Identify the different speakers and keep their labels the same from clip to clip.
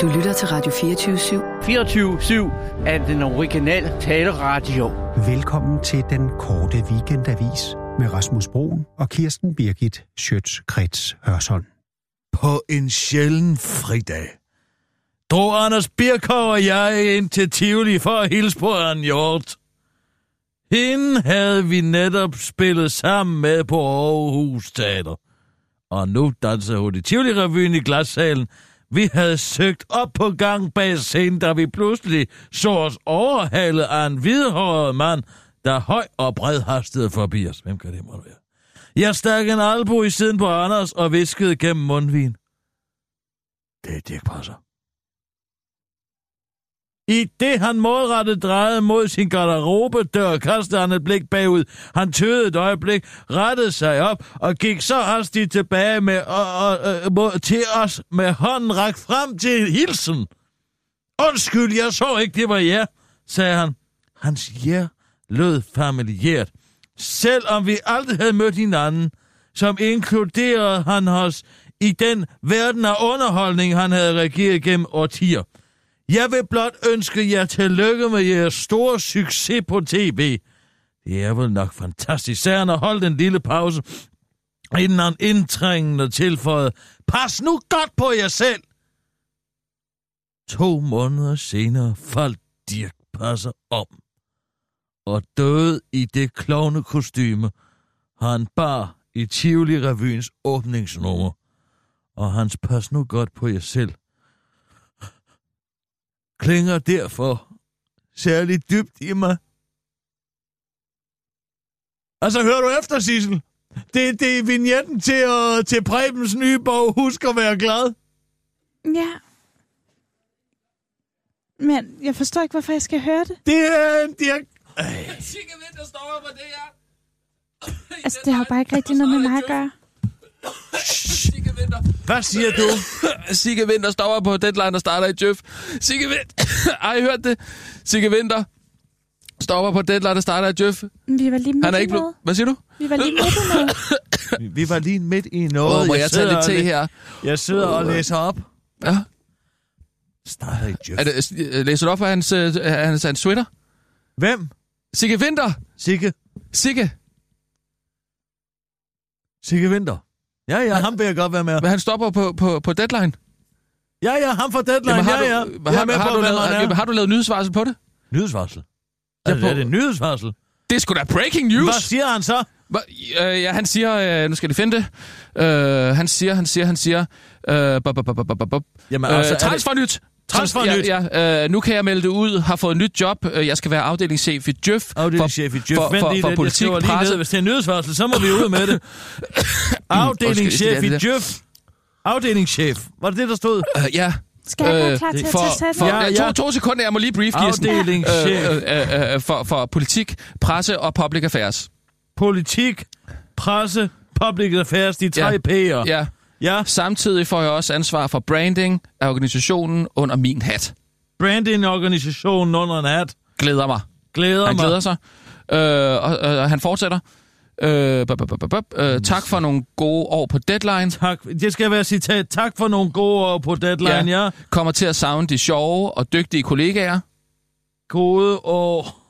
Speaker 1: Du lytter til Radio 24
Speaker 2: 24-7 er den originale taleradio.
Speaker 3: Velkommen til den korte weekendavis med Rasmus Broen og Kirsten Birgit Schøtz-Krets Hørsholm.
Speaker 4: på en sjælden fridag. Drog Anders Birkov og jeg ind til Tivoli for at hilse på Anne Hjort. Hende havde vi netop spillet sammen med på Aarhus Teater. Og nu danser hun i Tivoli-revyen i glassalen. Vi havde søgt op på gang bag scenen, da vi pludselig så os overhalet af en hvidhåret mand, der høj og bred hastede forbi os. Hvem kan det måtte være? Jeg stak en albu i siden på Anders og viskede gennem mundvin. Det er Dirk Passer. I det han målrettet drejede mod sin garderobedør, kastede han et blik bagud. Han tøvede et øjeblik, rettede sig op og gik så hastigt tilbage med, og, og, og, mod- til os med hånden rakt frem til hilsen. Undskyld, jeg så ikke, det var jer, sagde han. Hans jer lød familiært. Selvom vi aldrig havde mødt hinanden, som inkluderede han os i den verden af underholdning, han havde regeret gennem årtier. Jeg vil blot ønske jer tillykke med jeres store succes på tv. Det er vel nok fantastisk, sagde han og holdt en lille pause, inden han indtrængende tilføjede, pas nu godt på jer selv. To måneder senere faldt Dirk Passer om og døde i det klovne kostyme, han bar i Tivoli-revyens åbningsnummer. Og hans pas nu godt på jer selv. Klinger derfor særligt dybt i mig. Altså, hører du efter, Sissel? Det, det er vignetten til, uh, til Prebens nye bog, Husk at være glad.
Speaker 5: Ja. Men jeg forstår ikke, hvorfor jeg skal høre det.
Speaker 4: Det er en dirk...
Speaker 5: Altså, det har jo bare ikke rigtig noget med mig at gøre.
Speaker 4: Hvad siger du?
Speaker 6: Sigge Vinter stopper på deadline og starter i Jøf. Sigge Vinter... Ej, I hørt det? Sigge Vinter stopper på deadline og starter i Jøf.
Speaker 5: Men Vi var lige midt
Speaker 6: Han er
Speaker 5: i
Speaker 6: ikke blevet...
Speaker 5: noget.
Speaker 6: Hvad siger du?
Speaker 5: Vi var lige midt i noget.
Speaker 4: Vi var lige midt i noget.
Speaker 6: Åh, oh, må jeg tage
Speaker 4: sidder
Speaker 6: lidt
Speaker 4: og
Speaker 6: te
Speaker 4: læ-
Speaker 6: her?
Speaker 4: Jeg sidder og læser op.
Speaker 6: Ja.
Speaker 4: Starter i Jeff.
Speaker 6: Er det, øh, læser du op af hans, øh, hans, hans sweater?
Speaker 4: Hvem?
Speaker 6: Sigge Vinter!
Speaker 4: Sikke?
Speaker 6: Sigge!
Speaker 4: Sikke Vinter. Ja, ja, ham vil jeg godt være med.
Speaker 6: Hvad han stopper på, på, på deadline?
Speaker 4: Ja, ja, ham fra Deadline.
Speaker 6: har,
Speaker 4: ja, ja.
Speaker 6: du,
Speaker 4: jeg
Speaker 6: har,
Speaker 4: er med
Speaker 6: har,
Speaker 4: på,
Speaker 6: du
Speaker 4: hvem
Speaker 6: lavet,
Speaker 4: han er.
Speaker 6: jamen, har du lavet nyhedsvarsel på det?
Speaker 4: Nyhedsvarsel. Altså,
Speaker 6: på-
Speaker 4: er det nyhedsvarsel?
Speaker 6: Det er sgu da breaking news!
Speaker 4: Hvad siger han så?
Speaker 6: Hva? Øh, ja, han siger... Øh, nu skal de finde det. Øh, han siger, han siger, han siger... Øh, bop, bop, bop, bop, bop, bop.
Speaker 4: Jamen,
Speaker 6: Øh,
Speaker 4: altså, er det-
Speaker 6: transfer nyt!
Speaker 4: Transfer
Speaker 6: Ja,
Speaker 4: nyt.
Speaker 6: Ja, øh, nu kan jeg melde det ud, har fået nyt job. Øh, Jeg skal være afdelingschef i Djøf.
Speaker 4: Afdelingschef i Jeff.
Speaker 6: for,
Speaker 4: Vent
Speaker 6: for,
Speaker 4: lige lidt,
Speaker 6: for, for
Speaker 4: jeg
Speaker 6: politik,
Speaker 4: skriver lige
Speaker 6: presse.
Speaker 4: ned. Hvis det er nyhedsvarsel, så må vi ud med det. Afdelingschef i
Speaker 6: Undskyld, det
Speaker 4: Jeff. Afdelingschef. Var det det, der stod?
Speaker 6: Øh, ja.
Speaker 5: Skal jeg være
Speaker 6: Øh,
Speaker 5: klar til at
Speaker 6: for,
Speaker 5: tage sat?
Speaker 6: for,
Speaker 4: Ja,
Speaker 6: ja,
Speaker 4: ja.
Speaker 6: ja. To, to sekunder, jeg må lige brief, Kirsten.
Speaker 4: Afdelingschef.
Speaker 6: Øh, øh, øh, for, for politik, presse og public affairs.
Speaker 4: Politik, presse, public affairs, de tre
Speaker 6: Ja.
Speaker 4: P'er.
Speaker 6: Ja.
Speaker 4: Ja,
Speaker 6: Samtidig får jeg også ansvar for branding af organisationen under min hat.
Speaker 4: branding-organisationen under nat.
Speaker 6: Glæder mig.
Speaker 4: Glæder
Speaker 6: Han
Speaker 4: mig.
Speaker 6: glæder sig. Øh, og, og, og han fortsætter. Øh, bop, bop, bop, bop, bop.
Speaker 4: Mm.
Speaker 6: Øh, tak for nogle gode år på deadline.
Speaker 4: Tak. Det skal være citat. Tak for nogle gode år på deadline, ja. ja.
Speaker 6: Kommer til at savne de sjove og dygtige kollegaer.
Speaker 4: Gode år.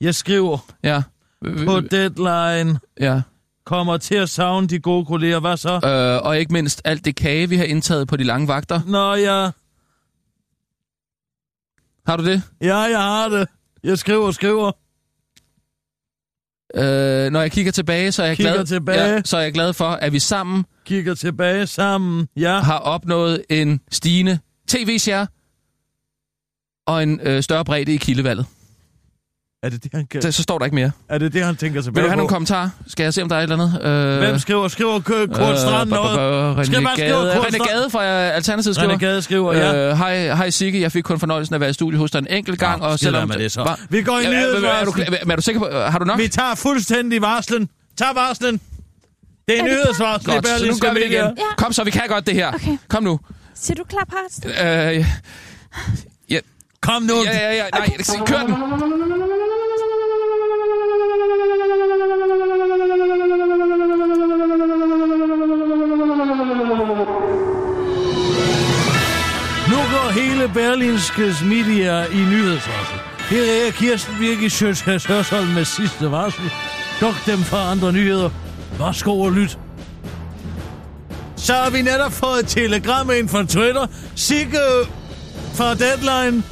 Speaker 4: Jeg skriver
Speaker 6: Ja. Øh,
Speaker 4: på deadline.
Speaker 6: ja.
Speaker 4: Kommer til at savne de gode kolleger. Hvad så?
Speaker 6: Øh, og ikke mindst alt det kage, vi har indtaget på de lange vagter.
Speaker 4: Nå, ja.
Speaker 6: Har du det?
Speaker 4: Ja, jeg har det. Jeg skriver, skriver.
Speaker 6: Øh, når jeg kigger tilbage, så er jeg,
Speaker 4: Kigger
Speaker 6: glad,
Speaker 4: tilbage.
Speaker 6: Ja, så er jeg glad for, at vi sammen
Speaker 4: Kigger tilbage sammen. Ja.
Speaker 6: har opnået en stigende tv-serie og en øh, større bredde i kildevalget.
Speaker 4: Er det det, han, kan...
Speaker 6: Så, så står der ikke mere.
Speaker 4: er det det, han tænker
Speaker 6: Vil
Speaker 4: tilbage
Speaker 6: du have nogle
Speaker 4: på?
Speaker 6: kommentarer? Skal jeg se, om der er et eller andet? Øh,
Speaker 4: Hvem skriver? Skriver Kø Kurt Strand noget? Skal man
Speaker 6: René
Speaker 4: skrive
Speaker 6: Gade,
Speaker 4: Kurt
Speaker 6: René Gade fra øh, Alternativet øh, skriver.
Speaker 4: René Gade skriver, ja.
Speaker 6: Øh, Hej, hej Sigge, jeg fik kun fornøjelsen af at være i studiet hos dig en enkelt gang.
Speaker 4: Nå,
Speaker 6: og
Speaker 4: skid være
Speaker 6: selvom
Speaker 4: med det så.
Speaker 6: Hva?
Speaker 4: Vi går i
Speaker 6: Ja, men- men- er du,
Speaker 4: nyhedsvarslen.
Speaker 6: klar- men er du sikker på, øh, har du nok?
Speaker 4: Vi tager fuldstændig varslen. Tag varslen. Det er,
Speaker 5: Er
Speaker 4: er
Speaker 5: det
Speaker 4: nyhedsvarslen i
Speaker 6: Godt, så nu
Speaker 4: Berlingske
Speaker 6: gør vi det
Speaker 4: Media.
Speaker 6: igen.
Speaker 5: Ja.
Speaker 6: Kom så, vi kan godt det her.
Speaker 5: Okay.
Speaker 6: Kom nu.
Speaker 5: Siger du klar, Parst?
Speaker 6: Øh, ja,
Speaker 4: Kom nu.
Speaker 6: ja, ja, ja. Nej, kør den.
Speaker 4: Nu går og hele Berlinskes medier i nyhedsvarsel. Her er Kirsten Birke Sjøtskæs Hørsholm med sidste varsel. Luk dem fra andre nyheder. Værsgo og lyt. Så har vi netop fået et telegram ind fra Twitter. Sigge fra Deadline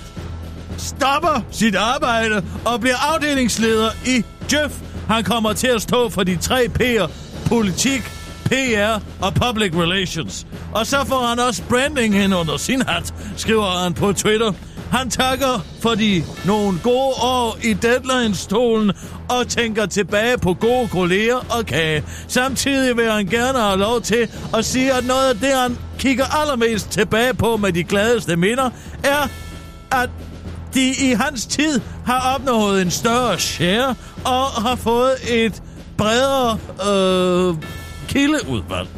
Speaker 4: stopper sit arbejde og bliver afdelingsleder i Jøf. Han kommer til at stå for de tre P'er. Politik, PR og Public Relations. Og så får han også branding hen under sin hat, skriver han på Twitter. Han takker for de nogle gode år i deadline-stolen og tænker tilbage på gode kolleger og kage. Samtidig vil han gerne have lov til at sige, at noget af det, han kigger allermest tilbage på med de gladeste minder, er, at de i hans tid har opnået en større share og har fået et bredere øh, kildeudvalg.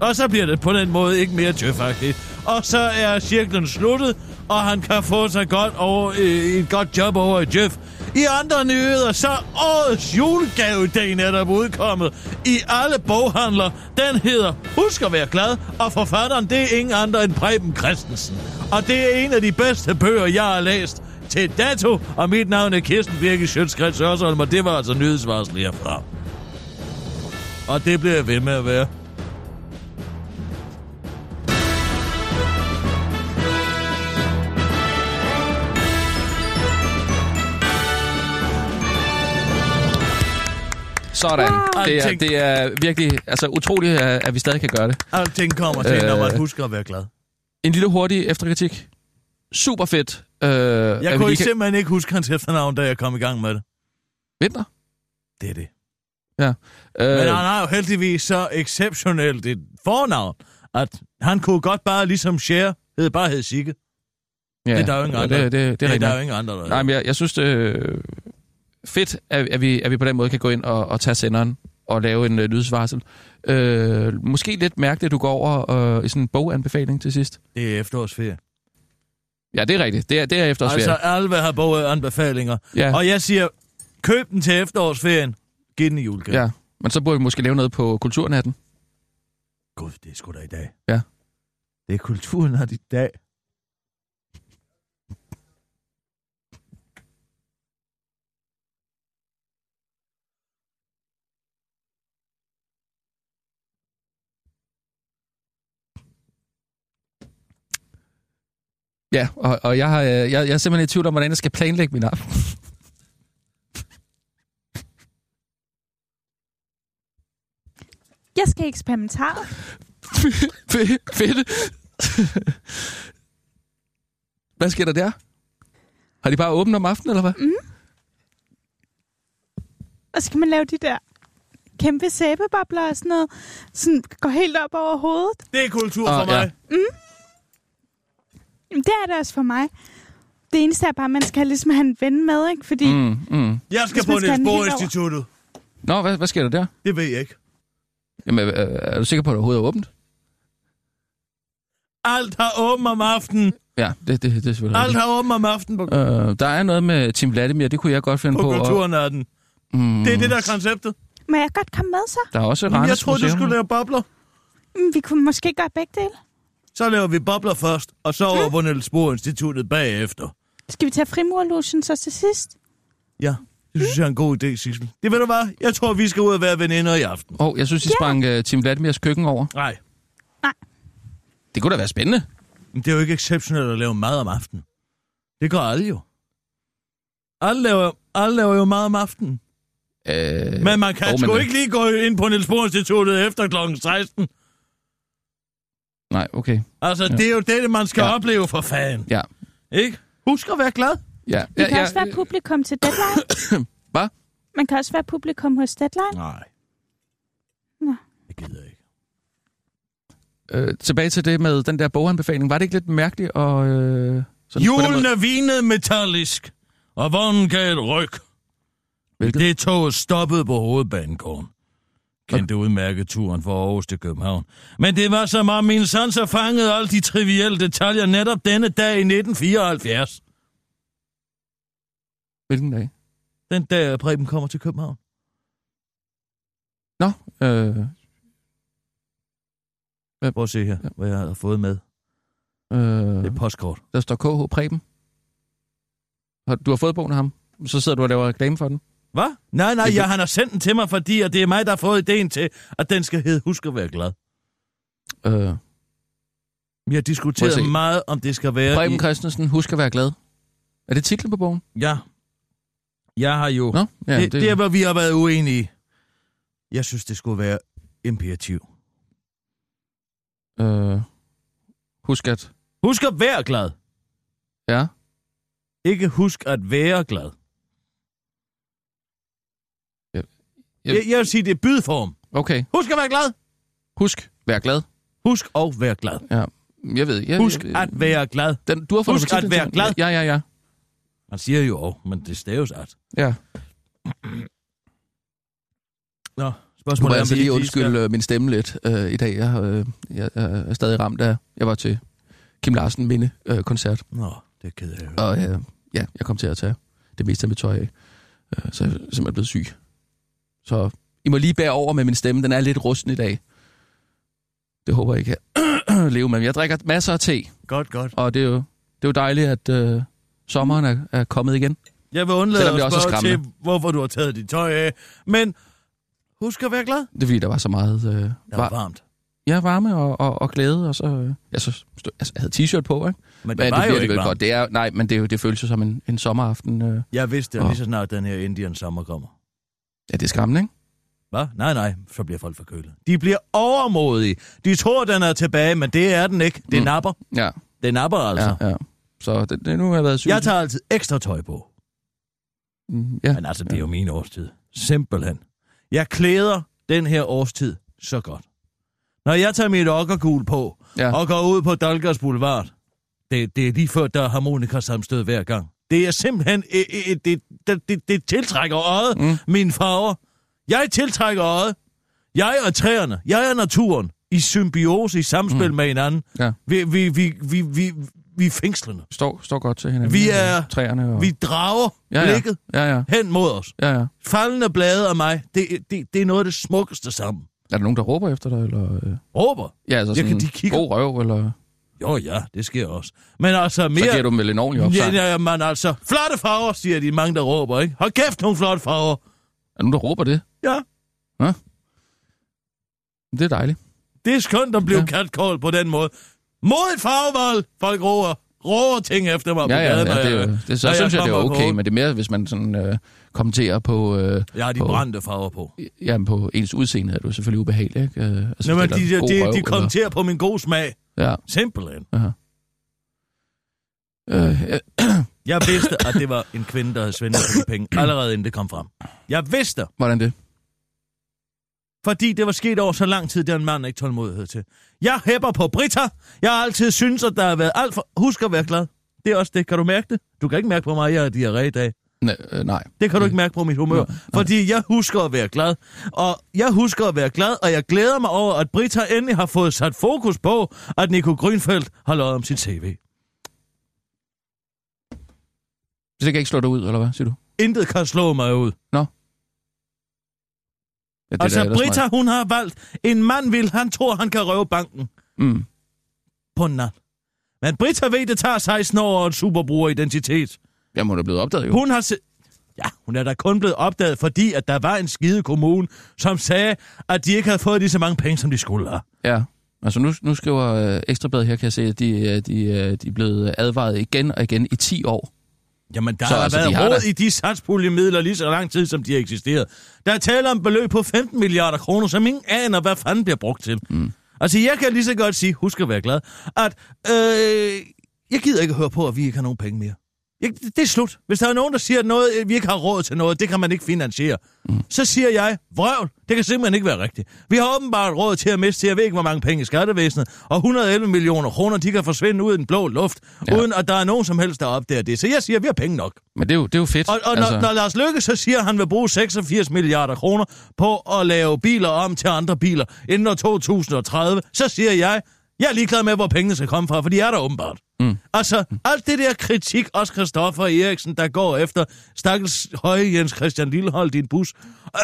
Speaker 4: Og så bliver det på den måde ikke mere tøfagtigt. Og så er cirklen sluttet, og han kan få sig godt over, øh, et godt job over i Jeff. I andre nyheder, så er årets julegave dag netop udkommet i alle boghandler. Den hedder Husk at være glad, og forfatteren det er ingen andre end Preben Christensen. Og det er en af de bedste bøger, jeg har læst til dato, og mit navn er Kirsten Birke Sjøtskrets Hørsholm, og det var altså nyhedsvarsel herfra. Og det bliver jeg ved med at være.
Speaker 6: Sådan.
Speaker 4: Wow.
Speaker 6: Det er,
Speaker 4: Ah, Tænk.
Speaker 6: det er virkelig altså, utroligt, at at vi stadig kan gøre det.
Speaker 4: Alting kommer til, når man
Speaker 6: Øh.
Speaker 4: husker at være glad.
Speaker 6: En lille hurtig efterkritik. Super fedt. Øh,
Speaker 4: Jeg
Speaker 6: at vi
Speaker 4: kunne
Speaker 6: lige
Speaker 4: ikke
Speaker 6: kan...
Speaker 4: simpelthen ikke huske hans efternavn, da jeg kom i gang med det.
Speaker 6: Vinter.
Speaker 4: Det er det. Men
Speaker 6: Øh,
Speaker 4: han har jo heldigvis så exceptionelt et fornavn, at han kunne godt bare ligesom Cher, hed bare hed Sigge.
Speaker 6: ja,
Speaker 4: det er der jo ingen
Speaker 6: ja,
Speaker 4: andre.
Speaker 6: Det, det, det er
Speaker 4: Det er
Speaker 6: rigtigt.
Speaker 4: der jo
Speaker 6: nok.
Speaker 4: ingen andre, der
Speaker 6: Nej, men jeg, jeg synes, det er fedt, at, at, vi, at vi på den måde kan gå ind og, og tage senderen og lave en uh, lydsvarsel. Øh, måske lidt mærke det, at du går over øh, i sådan en boganbefaling til sidst.
Speaker 4: Det er efterårsferie.
Speaker 6: Ja, det er rigtigt. Det er, det er efter
Speaker 4: Altså, alle vil have både anbefalinger.
Speaker 6: ja,
Speaker 4: Og jeg siger, køb den til efterårsferien. Giv den i julegave.
Speaker 6: ja. Men så burde vi måske lave noget på kulturnatten.
Speaker 4: Gud, det er sgu da i dag.
Speaker 6: Ja.
Speaker 4: Det er kulturen af i dag.
Speaker 6: Ja, og, og jeg, har, øh, jeg, jeg er simpelthen i tvivl om, hvordan jeg skal planlægge min aften.
Speaker 5: Jeg skal eksperimentere.
Speaker 6: Fe- Fedt. hvad sker der der? Har de bare åbent om aftenen, eller hvad?
Speaker 5: Og så kan man lave de der kæmpe sæbebobler og sådan noget. Sådan går helt op over hovedet.
Speaker 4: Det er kultur
Speaker 6: Åh,
Speaker 4: for mig.
Speaker 6: Ah, ja.
Speaker 5: Jamen, det er det også for mig. Det eneste er bare, at man skal ligesom have en ven med, ikke? Fordi mm.
Speaker 6: Mm, mm.
Speaker 4: Jeg skal
Speaker 5: Hvis
Speaker 4: på
Speaker 5: man skal
Speaker 4: Niels
Speaker 5: have den
Speaker 4: Bohr
Speaker 5: helt over.
Speaker 4: Instituttet.
Speaker 6: Nå, hvad, hvad sker der der?
Speaker 4: Det ved jeg ikke.
Speaker 6: Jamen, øh, er du sikker på, at det overhovedet er åbent?
Speaker 4: Alt har åben om aftenen.
Speaker 6: Ja, det, det, det er selvfølgelig
Speaker 4: Alt
Speaker 6: rigtigt.
Speaker 4: har åben om aftenen på,
Speaker 6: Øh, der er noget med Tim Vladimir, det kunne jeg godt finde
Speaker 4: på
Speaker 6: på.
Speaker 4: kulturen af den.
Speaker 6: mm,
Speaker 4: Det er det, der er konceptet.
Speaker 5: Må jeg godt komme med så?
Speaker 6: Der er også
Speaker 4: Men
Speaker 6: Randers
Speaker 4: jeg troede, du
Speaker 6: Museum.
Speaker 4: skulle lave bobler.
Speaker 5: Mm, Vi kunne måske gøre begge dele.
Speaker 4: Så laver vi bobler først, og så over på Niels Bohr Instituttet bagefter.
Speaker 5: Skal vi tage frimurlusen så til sidst?
Speaker 4: Ja, det synes jeg er en god idé, Sissel. Det ved du hvad? Jeg tror, vi skal ud og være veninder i aften.
Speaker 6: Åh, oh, jeg synes, I sprang uh, Tim Vladimirs køkken over.
Speaker 4: Nej,
Speaker 6: Det kunne da være spændende.
Speaker 4: men det er jo ikke exceptionelt at lave mad om aftenen. Det gør alle jo. Alle laver, alle laver jo mad om aftenen.
Speaker 6: Øh,
Speaker 4: Men man kan
Speaker 6: jo,
Speaker 4: oh, sgu
Speaker 6: men-
Speaker 4: ikke lige gå ind på Niels Bohr Instituttet efter kl. 16.
Speaker 6: Nej, okay.
Speaker 4: Altså, ja. det er jo det, man skal
Speaker 6: Ja.
Speaker 4: ja. opleve for fanden.
Speaker 6: Ja.
Speaker 4: Ikke? Husk at være glad.
Speaker 6: Ja,
Speaker 5: Vi
Speaker 6: ja,
Speaker 5: kan
Speaker 6: ja,
Speaker 5: også være publikum til deadline.
Speaker 6: Hvad?
Speaker 5: Man kan også være publikum hos deadline.
Speaker 4: Nej.
Speaker 5: Nå.
Speaker 4: Det gider jeg ikke.
Speaker 6: øh, tilbage til det med den der boganbefaling. Var det ikke lidt mærkeligt at... Øh, sådan på den måde-
Speaker 4: Julen er vinet metallisk, og vognen gav et ryg.
Speaker 6: Hvilket?
Speaker 4: Hvilket? Det tog stoppede på hovedbanegården. Kendte udmærket turen fra Aarhus til København. Men det var som om min sanser fangede alle de trivielle detaljer netop denne dag i 1974.
Speaker 6: Hvilken dag?
Speaker 4: Den dag, Preben kommer til København.
Speaker 6: Nå, øh,
Speaker 4: Prøv at se her, hvad jeg har fået med.
Speaker 6: Øh,
Speaker 4: Det er postkort.
Speaker 6: der står KH Preben. Har- Du har fået bogen af ham. Så sidder du og laver reklame for den.
Speaker 4: Hvad? Nej, nej,
Speaker 6: Det-
Speaker 4: ja, han har sendt den til mig, fordi at det er mig, der har fået ideen til, at den skal hedde Husk at være glad.
Speaker 6: Øh,
Speaker 4: Vi har
Speaker 6: Må jeg
Speaker 4: diskuteret
Speaker 6: se?
Speaker 4: meget, om det skal være
Speaker 6: Preben
Speaker 4: i...
Speaker 6: Christensen, husk at være glad. Er det titlen på bogen?
Speaker 4: Ja. Jeg har jo...
Speaker 6: Nå, ja,
Speaker 4: det, det... det er, hvor vi har været uenige. Jeg synes, det skulle være imperativ.
Speaker 6: Øh, husk at...
Speaker 4: Husk at være glad.
Speaker 6: Ja.
Speaker 4: Ikke husk at være glad.
Speaker 6: Jeg-
Speaker 4: Jeg,
Speaker 6: jeg-
Speaker 4: jeg, vil sige, det er bydform.
Speaker 6: Okay.
Speaker 4: Husk at være glad.
Speaker 6: Husk, vær glad.
Speaker 4: Husk at være glad.
Speaker 6: Jeg ved, jeg,
Speaker 4: Husk
Speaker 6: jeg,
Speaker 4: at være glad.
Speaker 6: Den, du har fået
Speaker 4: husk
Speaker 6: titlen
Speaker 4: at være
Speaker 6: til-
Speaker 4: glad.
Speaker 6: Ja, ja, ja.
Speaker 4: Man siger jo, "Åh, men det staves at.
Speaker 6: ja.
Speaker 4: Nå,
Speaker 6: Nu må
Speaker 4: spørgsmålet
Speaker 6: jeg altså
Speaker 4: om vi
Speaker 6: lige
Speaker 4: skal-
Speaker 6: undskylde øh, min stemme lidt øh, i dag. Jeg, har, øh, jeg, jeg er stadig ramt af... Jeg var til Kim Larsen Minde øh, koncert,
Speaker 4: Nå, det er ked af. at høre.
Speaker 6: og øh, ja, jeg kom til at tage det meste af mit tøj af. Øh, så jeg er simpelthen blevet syg. Så I må lige bære over med min stemme. Den er lidt rusten i dag. Det håber jeg ikke, jeg lever med. Men Jeg drikker masser af te.
Speaker 4: Godt, godt.
Speaker 6: Og det er jo, det er jo dejligt, at øh, sommeren er, er kommet igen.
Speaker 4: Jeg vil undlade
Speaker 6: Selvom det
Speaker 4: at
Speaker 6: også er
Speaker 4: spørge til,
Speaker 6: skræmmende.
Speaker 4: hvorfor du har taget dit tøj af. Men husk at være glad.
Speaker 6: Det er fordi, der var så meget øh,
Speaker 4: Det var
Speaker 6: var,
Speaker 4: varmt.
Speaker 6: ja, varme og, og, og glæde. Og så, øh, jeg, så stod, altså, jeg havde t-shirt på, ikke?
Speaker 4: Men det
Speaker 6: Men
Speaker 4: var
Speaker 6: det
Speaker 4: jo
Speaker 6: bliver det
Speaker 4: ikke
Speaker 6: vel
Speaker 4: varmt.
Speaker 6: godt. Det er, nej, men det, er jo- det føles jo som en, en sommeraften. Øh.
Speaker 4: Jeg vidste, at
Speaker 6: Nå.
Speaker 4: lige så snart den her Indian sommer kommer.
Speaker 6: Ja, det er skræmmende, ikke?
Speaker 4: Hvad? Nej, nej, så bliver folk forkølet. De bliver overmodige. De tror, den er tilbage, men det er den ikke. Det
Speaker 6: Mm.
Speaker 4: mm. napper.
Speaker 6: Ja,
Speaker 4: Det napper altså. Ja,
Speaker 6: ja, ja. Så det, det, nu har jeg været syg.
Speaker 4: Jeg tager altid ekstra tøj på.
Speaker 6: Mm, Ja.
Speaker 4: Men altså, det er jo min årstid. Simpelthen. Jeg klæder den her årstid så godt. Når jeg tager mit okkergul på
Speaker 6: Ja.
Speaker 4: ja. og går ud på Dalgas Boulevard, det, det er lige før, der er harmonikasamstød hver gang. Det er simpelthen, øh, øh, det, det, det, det tiltrækker øjet,
Speaker 6: Mm.
Speaker 4: mm. mine farver. Jeg tiltrækker øjet. Jeg og træerne, jeg og naturen, i symbiose, i samspil mm. med hinanden.
Speaker 6: Ja.
Speaker 4: Vi, vi, vi, vi, vi, vi er fængslerne.
Speaker 6: Står, står godt til hinanden.
Speaker 4: Vi
Speaker 6: øh,
Speaker 4: er-
Speaker 6: Træerne og...
Speaker 4: Vi drager
Speaker 6: ja,
Speaker 4: ja,
Speaker 6: ja.
Speaker 4: blikket
Speaker 6: Ja, ja.
Speaker 4: hen mod os.
Speaker 6: Ja, ja.
Speaker 4: Faldende blade og mig, det, det, det er noget af det smukkeste sammen.
Speaker 6: Er der nogen, der råber efter dig, eller... Øh,
Speaker 4: Råber.
Speaker 6: ja, altså
Speaker 4: Jeg
Speaker 6: sådan,
Speaker 4: kan- de kigger-
Speaker 6: god røv, eller...
Speaker 4: Jo, ja, det sker også. Men altså mere...
Speaker 6: Så giver du dem vel en ordentlig opsang.
Speaker 4: ja, ja, men altså, flotte farver, siger de mange, der råber, ikke? Hold kæft, nogle flotte farver.
Speaker 6: Er der nogen, der råber det?
Speaker 4: Ja,
Speaker 6: Det er dejligt.
Speaker 4: det er skønt at blive
Speaker 6: Ja.
Speaker 4: ja. catcall på den måde. Mod et farvevalg, folk råber, råber ting efter mig på
Speaker 6: Ja, ja,
Speaker 4: gaden.
Speaker 6: ja,
Speaker 4: når
Speaker 6: det, er
Speaker 4: jeg-
Speaker 6: jo- det, så
Speaker 4: når
Speaker 6: synes jeg, det er
Speaker 4: kommer på-
Speaker 6: okay, men det er mere, hvis man sådan, øh, kommenterer på, øh,
Speaker 4: Jeg har de
Speaker 6: på-
Speaker 4: brændte farver på.
Speaker 6: jamen, på ens udseende, er du selvfølgelig ubehagelig, ikke? Øh, altså,
Speaker 4: Nå, men
Speaker 6: hvis
Speaker 4: de,
Speaker 6: det er
Speaker 4: de,
Speaker 6: en god
Speaker 4: de,
Speaker 6: røv,
Speaker 4: de
Speaker 6: eller-
Speaker 4: kommenterer på min gode smag.
Speaker 6: Ja,
Speaker 4: Simpelthen.
Speaker 6: aha. Øh, øh,
Speaker 4: Jeg vidste, at det var en kvinde, der havde svindlet for de penge, allerede inden det kom frem. Jeg vidste,
Speaker 6: hvordan det?
Speaker 4: fordi det var sket over så lang tid, der en mand ikke tålmodighed til. Jeg hæpper på Britta. Jeg har altid synes, at der har været alt for... Husk at være glad. Det er også det. Kan du mærke det? Du kan ikke mærke på mig, at jeg har diarré i dag.
Speaker 6: Nej, øh, nej.
Speaker 4: Det kan du ikke mærke på mit humør.
Speaker 6: Nå,
Speaker 4: Nej. Fordi jeg husker at være glad. Og jeg husker at være glad, og jeg glæder mig over, at Britta endelig har fået sat fokus på, at Nico Grønfeldt har løjet om sit CV.
Speaker 6: Så det kan ikke slå dig ud, eller hvad, siger du?
Speaker 4: Intet kan slå mig ud.
Speaker 6: Ja, det er da
Speaker 4: Altså,
Speaker 6: ellers
Speaker 4: Britta, hun har valgt en mand, vil han tror, han kan røve banken.
Speaker 6: meget- Mm.
Speaker 4: på en nat. Men Britta ved, det tager 16 år og en superbrugeridentitet.
Speaker 6: Jamen, hun er blevet opdaget jo.
Speaker 4: Hun har se- Ja, hun er da kun blevet opdaget, fordi at der var en skide kommune, som sagde, at de ikke havde fået lige så mange penge, som de skulle have.
Speaker 6: Ja. Altså, nu, nu skriver øh, Ekstrabladet her, kan jeg se, at de, øh, de, øh, de er blevet advaret igen og igen i 10 år.
Speaker 4: Jamen, der
Speaker 6: Så
Speaker 4: så, har
Speaker 6: altså,
Speaker 4: altså,
Speaker 6: de
Speaker 4: været
Speaker 6: har
Speaker 4: råd
Speaker 6: da-
Speaker 4: i de satspuljemidler lige så lang tid, som de har eksisteret. Der er tale om et beløb på 15 milliarder kroner, som ingen aner, hvad fanden bliver brugt til. Mm. Altså, jeg kan lige så godt sige, husk at være glad, at øh, jeg gider ikke høre på, at vi ikke har nogen penge mere. Jeg, det- det er slut. Hvis der er nogen, der siger, at noget, vi ikke har råd til noget, det kan man ikke finansiere, mm. så siger jeg, vrøvl, det kan simpelthen ikke være rigtigt. Vi har åbenbart råd til at miste, jeg ved ikke, hvor mange penge i skattevæsenet, og 111 millioner kroner, de kan forsvinde ud i den blå luft,
Speaker 6: Ja.
Speaker 4: ja. uden at der er nogen som helst, der opdager det. Så jeg siger, at vi har penge nok.
Speaker 6: Men det er jo, det er jo fedt.
Speaker 4: Og, og altså... når, når Lars Løkke så siger, at han vil bruge 86 milliarder kroner på at lave biler om til andre biler inden år 2030, så siger jeg, jeg er ligeglad med, hvor pengene skal komme fra, for de er der åbenbart.
Speaker 6: Mm.
Speaker 4: Altså, alt det der kritik, også Kristoffer Eriksen, der går efter stakkels høje Jens Christian Lillehold, din bus,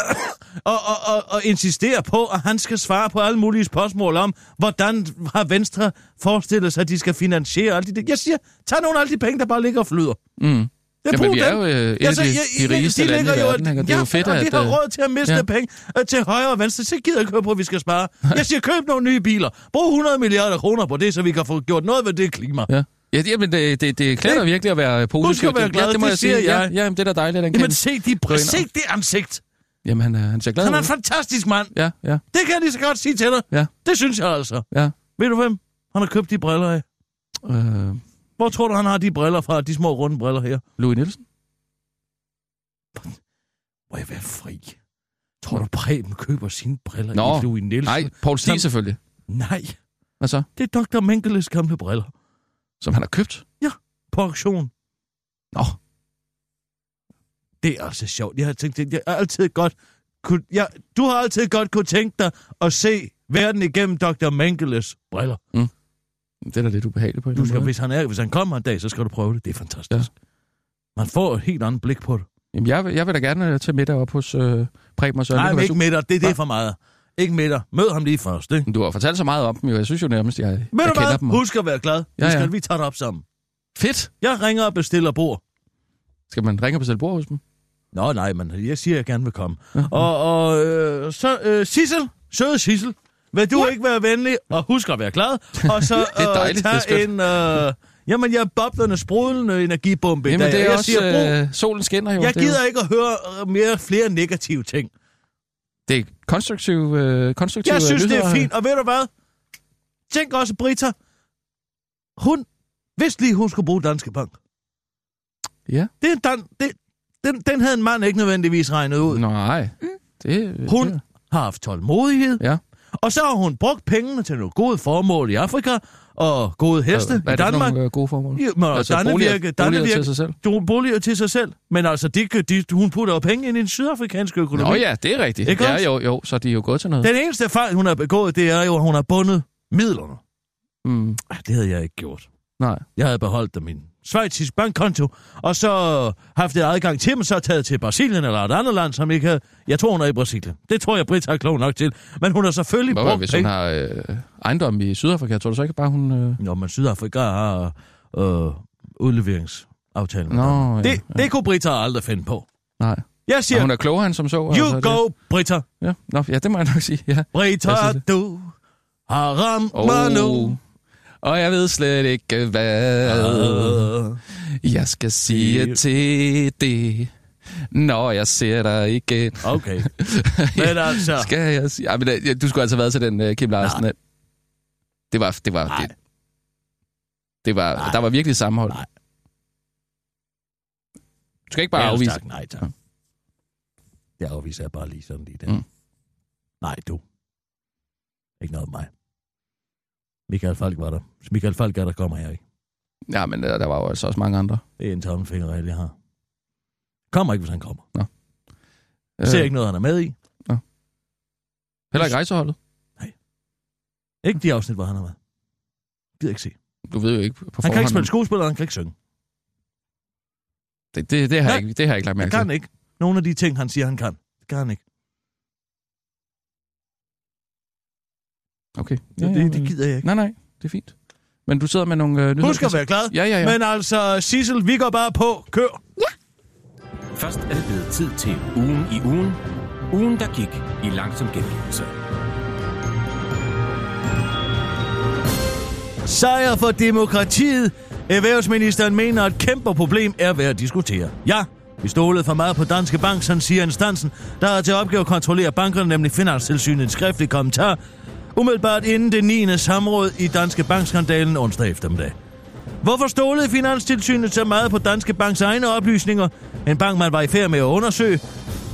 Speaker 4: og, og, og, og insisterer på, at han skal svare på alle mulige spørgsmål om, hvordan har Venstre forestillet sig, at de skal finansiere alt det. der. Jeg siger, tag nogle af alle de penge, der bare ligger og flyder.
Speaker 6: Mm.
Speaker 4: Jeg
Speaker 6: Jamen,
Speaker 4: bruger
Speaker 6: vi er
Speaker 4: dem.
Speaker 6: jo, øh, et af
Speaker 4: altså,
Speaker 6: de- de rigeste
Speaker 4: ligger
Speaker 6: lande i
Speaker 4: jo-
Speaker 6: verden, ikke? Og det er jo fedt,
Speaker 4: og vi
Speaker 6: at,
Speaker 4: har
Speaker 6: øh,
Speaker 4: råd til at miste
Speaker 6: ja.
Speaker 4: ja. penge øh, til højre og venstre. Så gider jeg ikke høre på, at vi skal spare. Jeg siger, køb nogle nye biler. Brug 100 milliarder kroner på det, så vi kan få gjort noget ved det klima.
Speaker 6: Ja. Ja, det- jamen, det, det, det klæder dig virkelig at være positiv.
Speaker 4: Husk at være
Speaker 6: Ja,
Speaker 4: glad,
Speaker 6: det må
Speaker 4: det
Speaker 6: jeg sige.
Speaker 4: siger
Speaker 6: Ja,
Speaker 4: jeg.
Speaker 6: ja, jamen, det er da dejligt, at han
Speaker 4: Jamen,
Speaker 6: kan.
Speaker 4: se, de
Speaker 6: Gå ind
Speaker 4: br- se det ansigt.
Speaker 6: Jamen, han, er- han ser glad
Speaker 4: Han er en
Speaker 6: ud.
Speaker 4: fantastisk mand.
Speaker 6: Ja, ja,
Speaker 4: Det kan jeg lige så godt sige til dig.
Speaker 6: Ja.
Speaker 4: Det synes jeg altså.
Speaker 6: ja.
Speaker 4: Ved du hvem? Han har købt de briller af.
Speaker 6: Øh,
Speaker 4: Hvor tror du, han har de briller fra? De små runde briller her.
Speaker 6: Louis Nielsen?
Speaker 4: Må jeg være fri? Tror du, Preben køber sine briller
Speaker 6: Nå.
Speaker 4: i Louis Nielsen?
Speaker 6: Nej, Paul Stig
Speaker 4: Som-
Speaker 6: selvfølgelig.
Speaker 4: Nej,
Speaker 6: Hvad så?
Speaker 4: det er Dr. Mengeles gamle briller.
Speaker 6: Som han har købt?
Speaker 4: På auktion.
Speaker 6: Nå,
Speaker 4: Det er altså sjovt. Jeg har tænkt, jeg har altid godt kunne, jeg, du har altid godt kunne tænke dig at se verden igennem Dr. Mengeles briller.
Speaker 6: det er da lidt ubehageligt på en
Speaker 4: Du
Speaker 6: eller
Speaker 4: skal,
Speaker 6: anden måde.
Speaker 4: hvis, han er, hvis han kommer en dag, så skal du prøve det. Det er fantastisk. Ja. Man får et helt andet blik på det.
Speaker 6: Jamen, jeg, vil- jeg vil da gerne øh, tage middag op hos øh, Preben og Søren. Det
Speaker 4: Nej, men
Speaker 6: kunne være
Speaker 4: ikke med dig. Det, det er for meget. Ikke med dig. Mød ham lige først, ikke?
Speaker 6: super. Du har fortalt så meget om dem, jo. Jeg synes jo nærmest, jeg, jeg
Speaker 4: Men du
Speaker 6: kender dem.
Speaker 4: hvad? Husk at være glad.
Speaker 6: Ja,
Speaker 4: Ja,
Speaker 6: ja.
Speaker 4: ja. Skal vi tage det op sammen?
Speaker 6: Fedt!
Speaker 4: Jeg ringer og bestiller bord.
Speaker 6: Skal man ringe og bestille bord hos dem?
Speaker 4: Nå, nej, men jeg siger, at jeg gerne vil komme. Og, og øh, så, øh, Sissel, søde Sissel, vil du ja. ikke være venlig og husk at være glad? Og så
Speaker 6: Det er dejligt,
Speaker 4: øh,
Speaker 6: det
Speaker 4: tage
Speaker 6: er skønt.
Speaker 4: en... Øh, jamen, jeg er boblende, sprudlende energibombe i
Speaker 6: Jamen,
Speaker 4: dag.
Speaker 6: det
Speaker 4: og
Speaker 6: er
Speaker 4: jeg
Speaker 6: også...
Speaker 4: siger, brug,
Speaker 6: øh, solen skinner jo.
Speaker 4: jeg
Speaker 6: det er jo-
Speaker 4: gider ikke at høre øh, mere flere negative ting.
Speaker 6: Det er konstruktiv, øh, konstruktiv
Speaker 4: Jeg synes, det er fint. Og ved du hvad? Tænk også, Brita. Hun vidste lige, hun skulle bruge Danske Bank.
Speaker 6: Ja.
Speaker 4: Det er dan, det, den, den havde en mand ikke nødvendigvis regnet ud.
Speaker 6: Nej. Det, øh,
Speaker 4: Hun
Speaker 6: Det,
Speaker 4: har haft tålmodighed.
Speaker 6: Ja.
Speaker 4: Og så har hun brugt pengene til nogle gode formål i Afrika og gode heste i
Speaker 6: Hvad er det for
Speaker 4: Danmark.
Speaker 6: nogle øh, gode formål?
Speaker 4: Ja, men altså, Dannevirke,
Speaker 6: boliger, boliger
Speaker 4: Dannevirke,
Speaker 6: til sig selv.
Speaker 4: nogle boliger til sig selv. Men altså, de, de, hun putter jo penge ind i den sydafrikanske økonomi.
Speaker 6: Nå ja, det er rigtigt.
Speaker 4: Ikke
Speaker 6: ja,
Speaker 4: også?
Speaker 6: jo, jo, så de er jo gået til noget.
Speaker 4: Den eneste fejl, hun har begået, det er jo, at hun har bundet midlerne.
Speaker 6: Mm,
Speaker 4: Ah, Det havde jeg ikke gjort.
Speaker 6: nej.
Speaker 4: Jeg havde beholdt dem i en svejtisk bankkonto, og så haft det adgang til dem, så taget til Brasilien eller et andet land, som ikke havde... Jeg tror, hun er i Brasilien. Det tror jeg, Britt har klog nok til. Men hun har selvfølgelig
Speaker 6: Hvorfor,
Speaker 4: brugt
Speaker 6: hvis
Speaker 4: penge.
Speaker 6: hun har øh, ejendom i Sydafrika, tror du så ikke bare, hun... Øh...
Speaker 4: Nå, men Sydafrika har øh, udleveringsaftalen. med
Speaker 6: Nå,
Speaker 4: Danmark.
Speaker 6: ja,
Speaker 4: det, det kunne Britta aldrig finde på.
Speaker 6: Nej.
Speaker 4: Jeg
Speaker 6: Ja.
Speaker 4: siger,
Speaker 6: Hun er klogere end som så.
Speaker 4: you
Speaker 6: altså,
Speaker 4: go, Britta.
Speaker 6: Det. Ja. Nå, ja, det må jeg nok sige. Ja. Jeg
Speaker 4: Britta,
Speaker 6: synes det.
Speaker 4: du har ramt mig nu.
Speaker 6: Og jeg ved slet ikke, hvad
Speaker 4: Øh,
Speaker 6: jeg skal sige
Speaker 4: Det-
Speaker 6: til det, når jeg ser dig igen.
Speaker 4: Okay. Men altså,
Speaker 6: Skal jeg sige? Ej, men, øh, du skulle altså have været til den uh, Kim Larsen. Nej. Det var... Det var, det, det var der var virkelig sammenhold. Nej. Du skal ikke bare
Speaker 4: ellers
Speaker 6: afvise.
Speaker 4: Tak, nej, tak. Det afviser jeg bare lige sådan lige der.
Speaker 6: Mm.
Speaker 4: Nej, du. Ikke noget med mig. Michael Falk var der. Hvis Michael Falk er der, kommer jeg ikke.
Speaker 6: Ja, men øh, der var jo altså også mange andre.
Speaker 4: Det er en tommelfinger, jeg har. Kommer ikke, hvis han kommer. Jeg
Speaker 6: Øh,
Speaker 4: ser ikke noget, han er med i.
Speaker 6: Heller ikke rejseholdet.
Speaker 4: Ikke de afsnit, hvor han er med. Gider ikke se.
Speaker 6: Du ved jo ikke på
Speaker 4: Han
Speaker 6: forhånd.
Speaker 4: kan ikke spille
Speaker 6: om-
Speaker 4: skuespiller, og han kan ikke synge.
Speaker 6: det, det, det, har jeg
Speaker 4: Nej.
Speaker 6: ikke, det har jeg ikke lagt
Speaker 4: Han
Speaker 6: mærke
Speaker 4: kan
Speaker 6: til.
Speaker 4: ikke. Nogle af de ting, han siger, han kan. Det kan han ikke.
Speaker 6: Okay.
Speaker 4: Ja, det, det gider jeg ikke.
Speaker 6: Nej, nej. Det er fint. Men du sidder med nogle øh, nyheder.
Speaker 4: Husk at være glad.
Speaker 6: Ja, ja, ja.
Speaker 4: Men altså, Sissel, vi går bare på. Kør.
Speaker 7: Først er det blevet tid til ugen i ugen. Ugen, der gik i langsom gengivelse.
Speaker 4: Sejr for demokratiet. Erhvervsministeren mener, at kæmpe problem er værd at diskutere. Ja, vi stolede for meget på Danske Bank, sådan siger instansen, der har til opgave at kontrollere bankerne, nemlig Finanstilsynet, en skriftlig kommentar, umiddelbart inden det 9. samråd i Danske Bankskandalen onsdag eftermiddag. Hvorfor stolede Finanstilsynet så meget på Danske Banks egne oplysninger? En bank, man var i færd med at undersøge.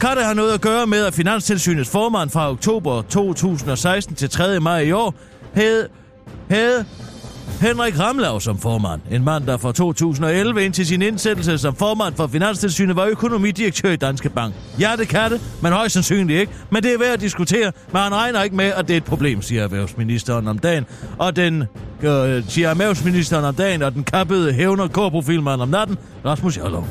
Speaker 4: Kan det have noget at gøre med, at Finanstilsynets formand fra oktober 2016 til 3. maj i år havde, havde Henrik Ramlav som formand. En mand, der fra 2011 indtil sin indsættelse som formand for Finanstilsynet var økonomidirektør i Danske Bank. Ja, det kan det, men højst sandsynligt ikke. Men det er værd at diskutere, men han regner ikke med, at det er et problem, siger erhvervsministeren om dagen. Og den, øh, siger erhvervsministeren om dagen, og den kappede hævner K-profilmand om natten, Rasmus Jarlov.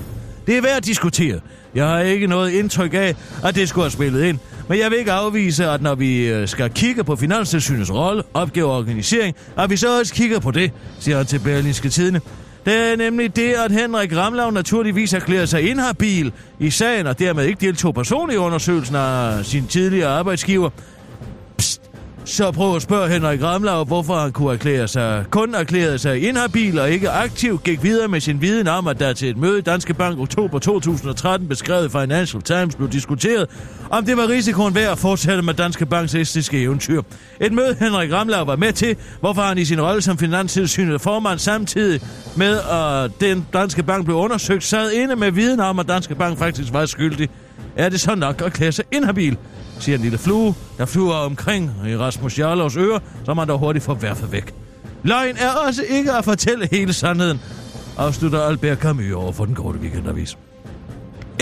Speaker 4: Det er værd at diskutere. Jeg har ikke noget indtryk af, at det skulle have spillet ind. Men jeg vil ikke afvise, at når vi øh, skal kigge på Finanstilsynets rolle, opgave og organisering, at vi så også kigger på det, siger han til Berlinske Tidene. Det er nemlig det, at Henrik Ramlav naturligvis erklærer sig inhabil i sagen, og dermed ikke deltog personligt i undersøgelsen af sin tidligere arbejdsgiver. Så prøv at spørge Henrik Ramlau, hvorfor han kunne erklære sig, kun erklærede sig inhabil og ikke aktivt gik videre med sin viden om, at der til et møde i Danske Bank oktober 2013 beskrevet i Financial Times blev diskuteret, om det var risikoen værd at fortsætte med Danske Banks estiske eventyr. Et møde Henrik Ramlau var med til, hvorfor han i sin rolle som finanstilsynet formand samtidig med, at den Danske Bank blev undersøgt, sad inde med viden om, at Danske Bank faktisk var skyldig. Er det så nok at klæde sig inhabil? siger en lille flue, der flyver omkring i Rasmus Jarlovs ører, som han dog hurtigt får værfet væk. Løgn er også ikke at fortælle hele sandheden, afslutter Albert Camus over for den korte weekendavis.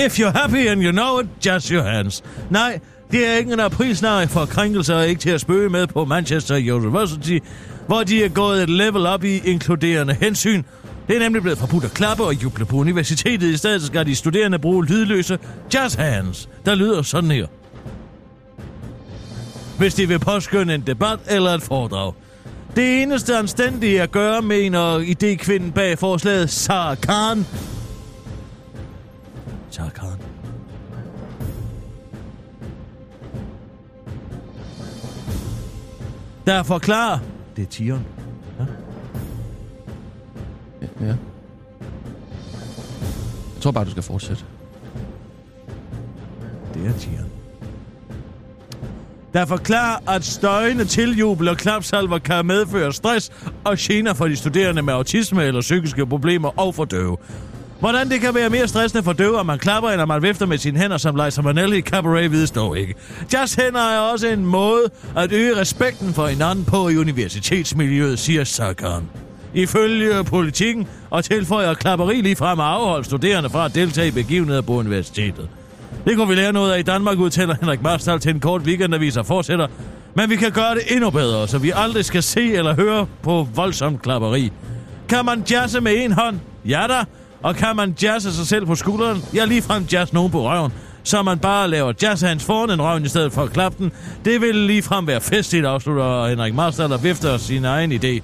Speaker 4: If you're happy and you know it, just your hands. Nej, det er ikke en aprilsnare for krænkelser og ikke til at spøge med på Manchester University, hvor de er gået et level op i inkluderende hensyn. Det er nemlig blevet forbudt at klappe og juble på universitetet. I stedet skal de studerende bruge lydløse just hands, der lyder sådan her hvis de vil påskynde en debat eller et foredrag. Det eneste anstændige at gøre, mener idékvinden bag forslaget, Sarah Khan. Sarah Khan. Der forklarer... Det er tigeren.
Speaker 6: Ja. Jeg tror bare, du skal fortsætte.
Speaker 4: Det er tigeren. Der forklarer, at støjende tiljubel og klapsalver kan medføre stress og gener for de studerende med autisme eller psykiske problemer og for døve. Hvordan det kan være mere stressende for døve, at man klapper, end at man vifter med sine hænder, som Liza Minnelli i Cabaret vides dog ikke. Just hænder er også en måde at øge respekten for hinanden på i universitetsmiljøet, siger Sarkaren. Ifølge politikken og tilføjer at klapperi lige frem at afholde studerende fra at deltage i begivenheder på universitetet. Det kunne vi lære noget af i Danmark, udtaler Henrik Marstal til en kort weekendavis og fortsætter. Men vi kan gøre det endnu bedre, så vi aldrig skal se eller høre på voldsom klapperi. Kan man jazze med en hånd? Ja da. Og kan man jazze sig selv på skulderen? Ja, ligefrem jazz nogen på røven. Så man bare laver jazzhands foran en røven i stedet for at klappe den. Det vil ligefrem være festligt, afslutter Henrik Marstal og vifter sin egen idé.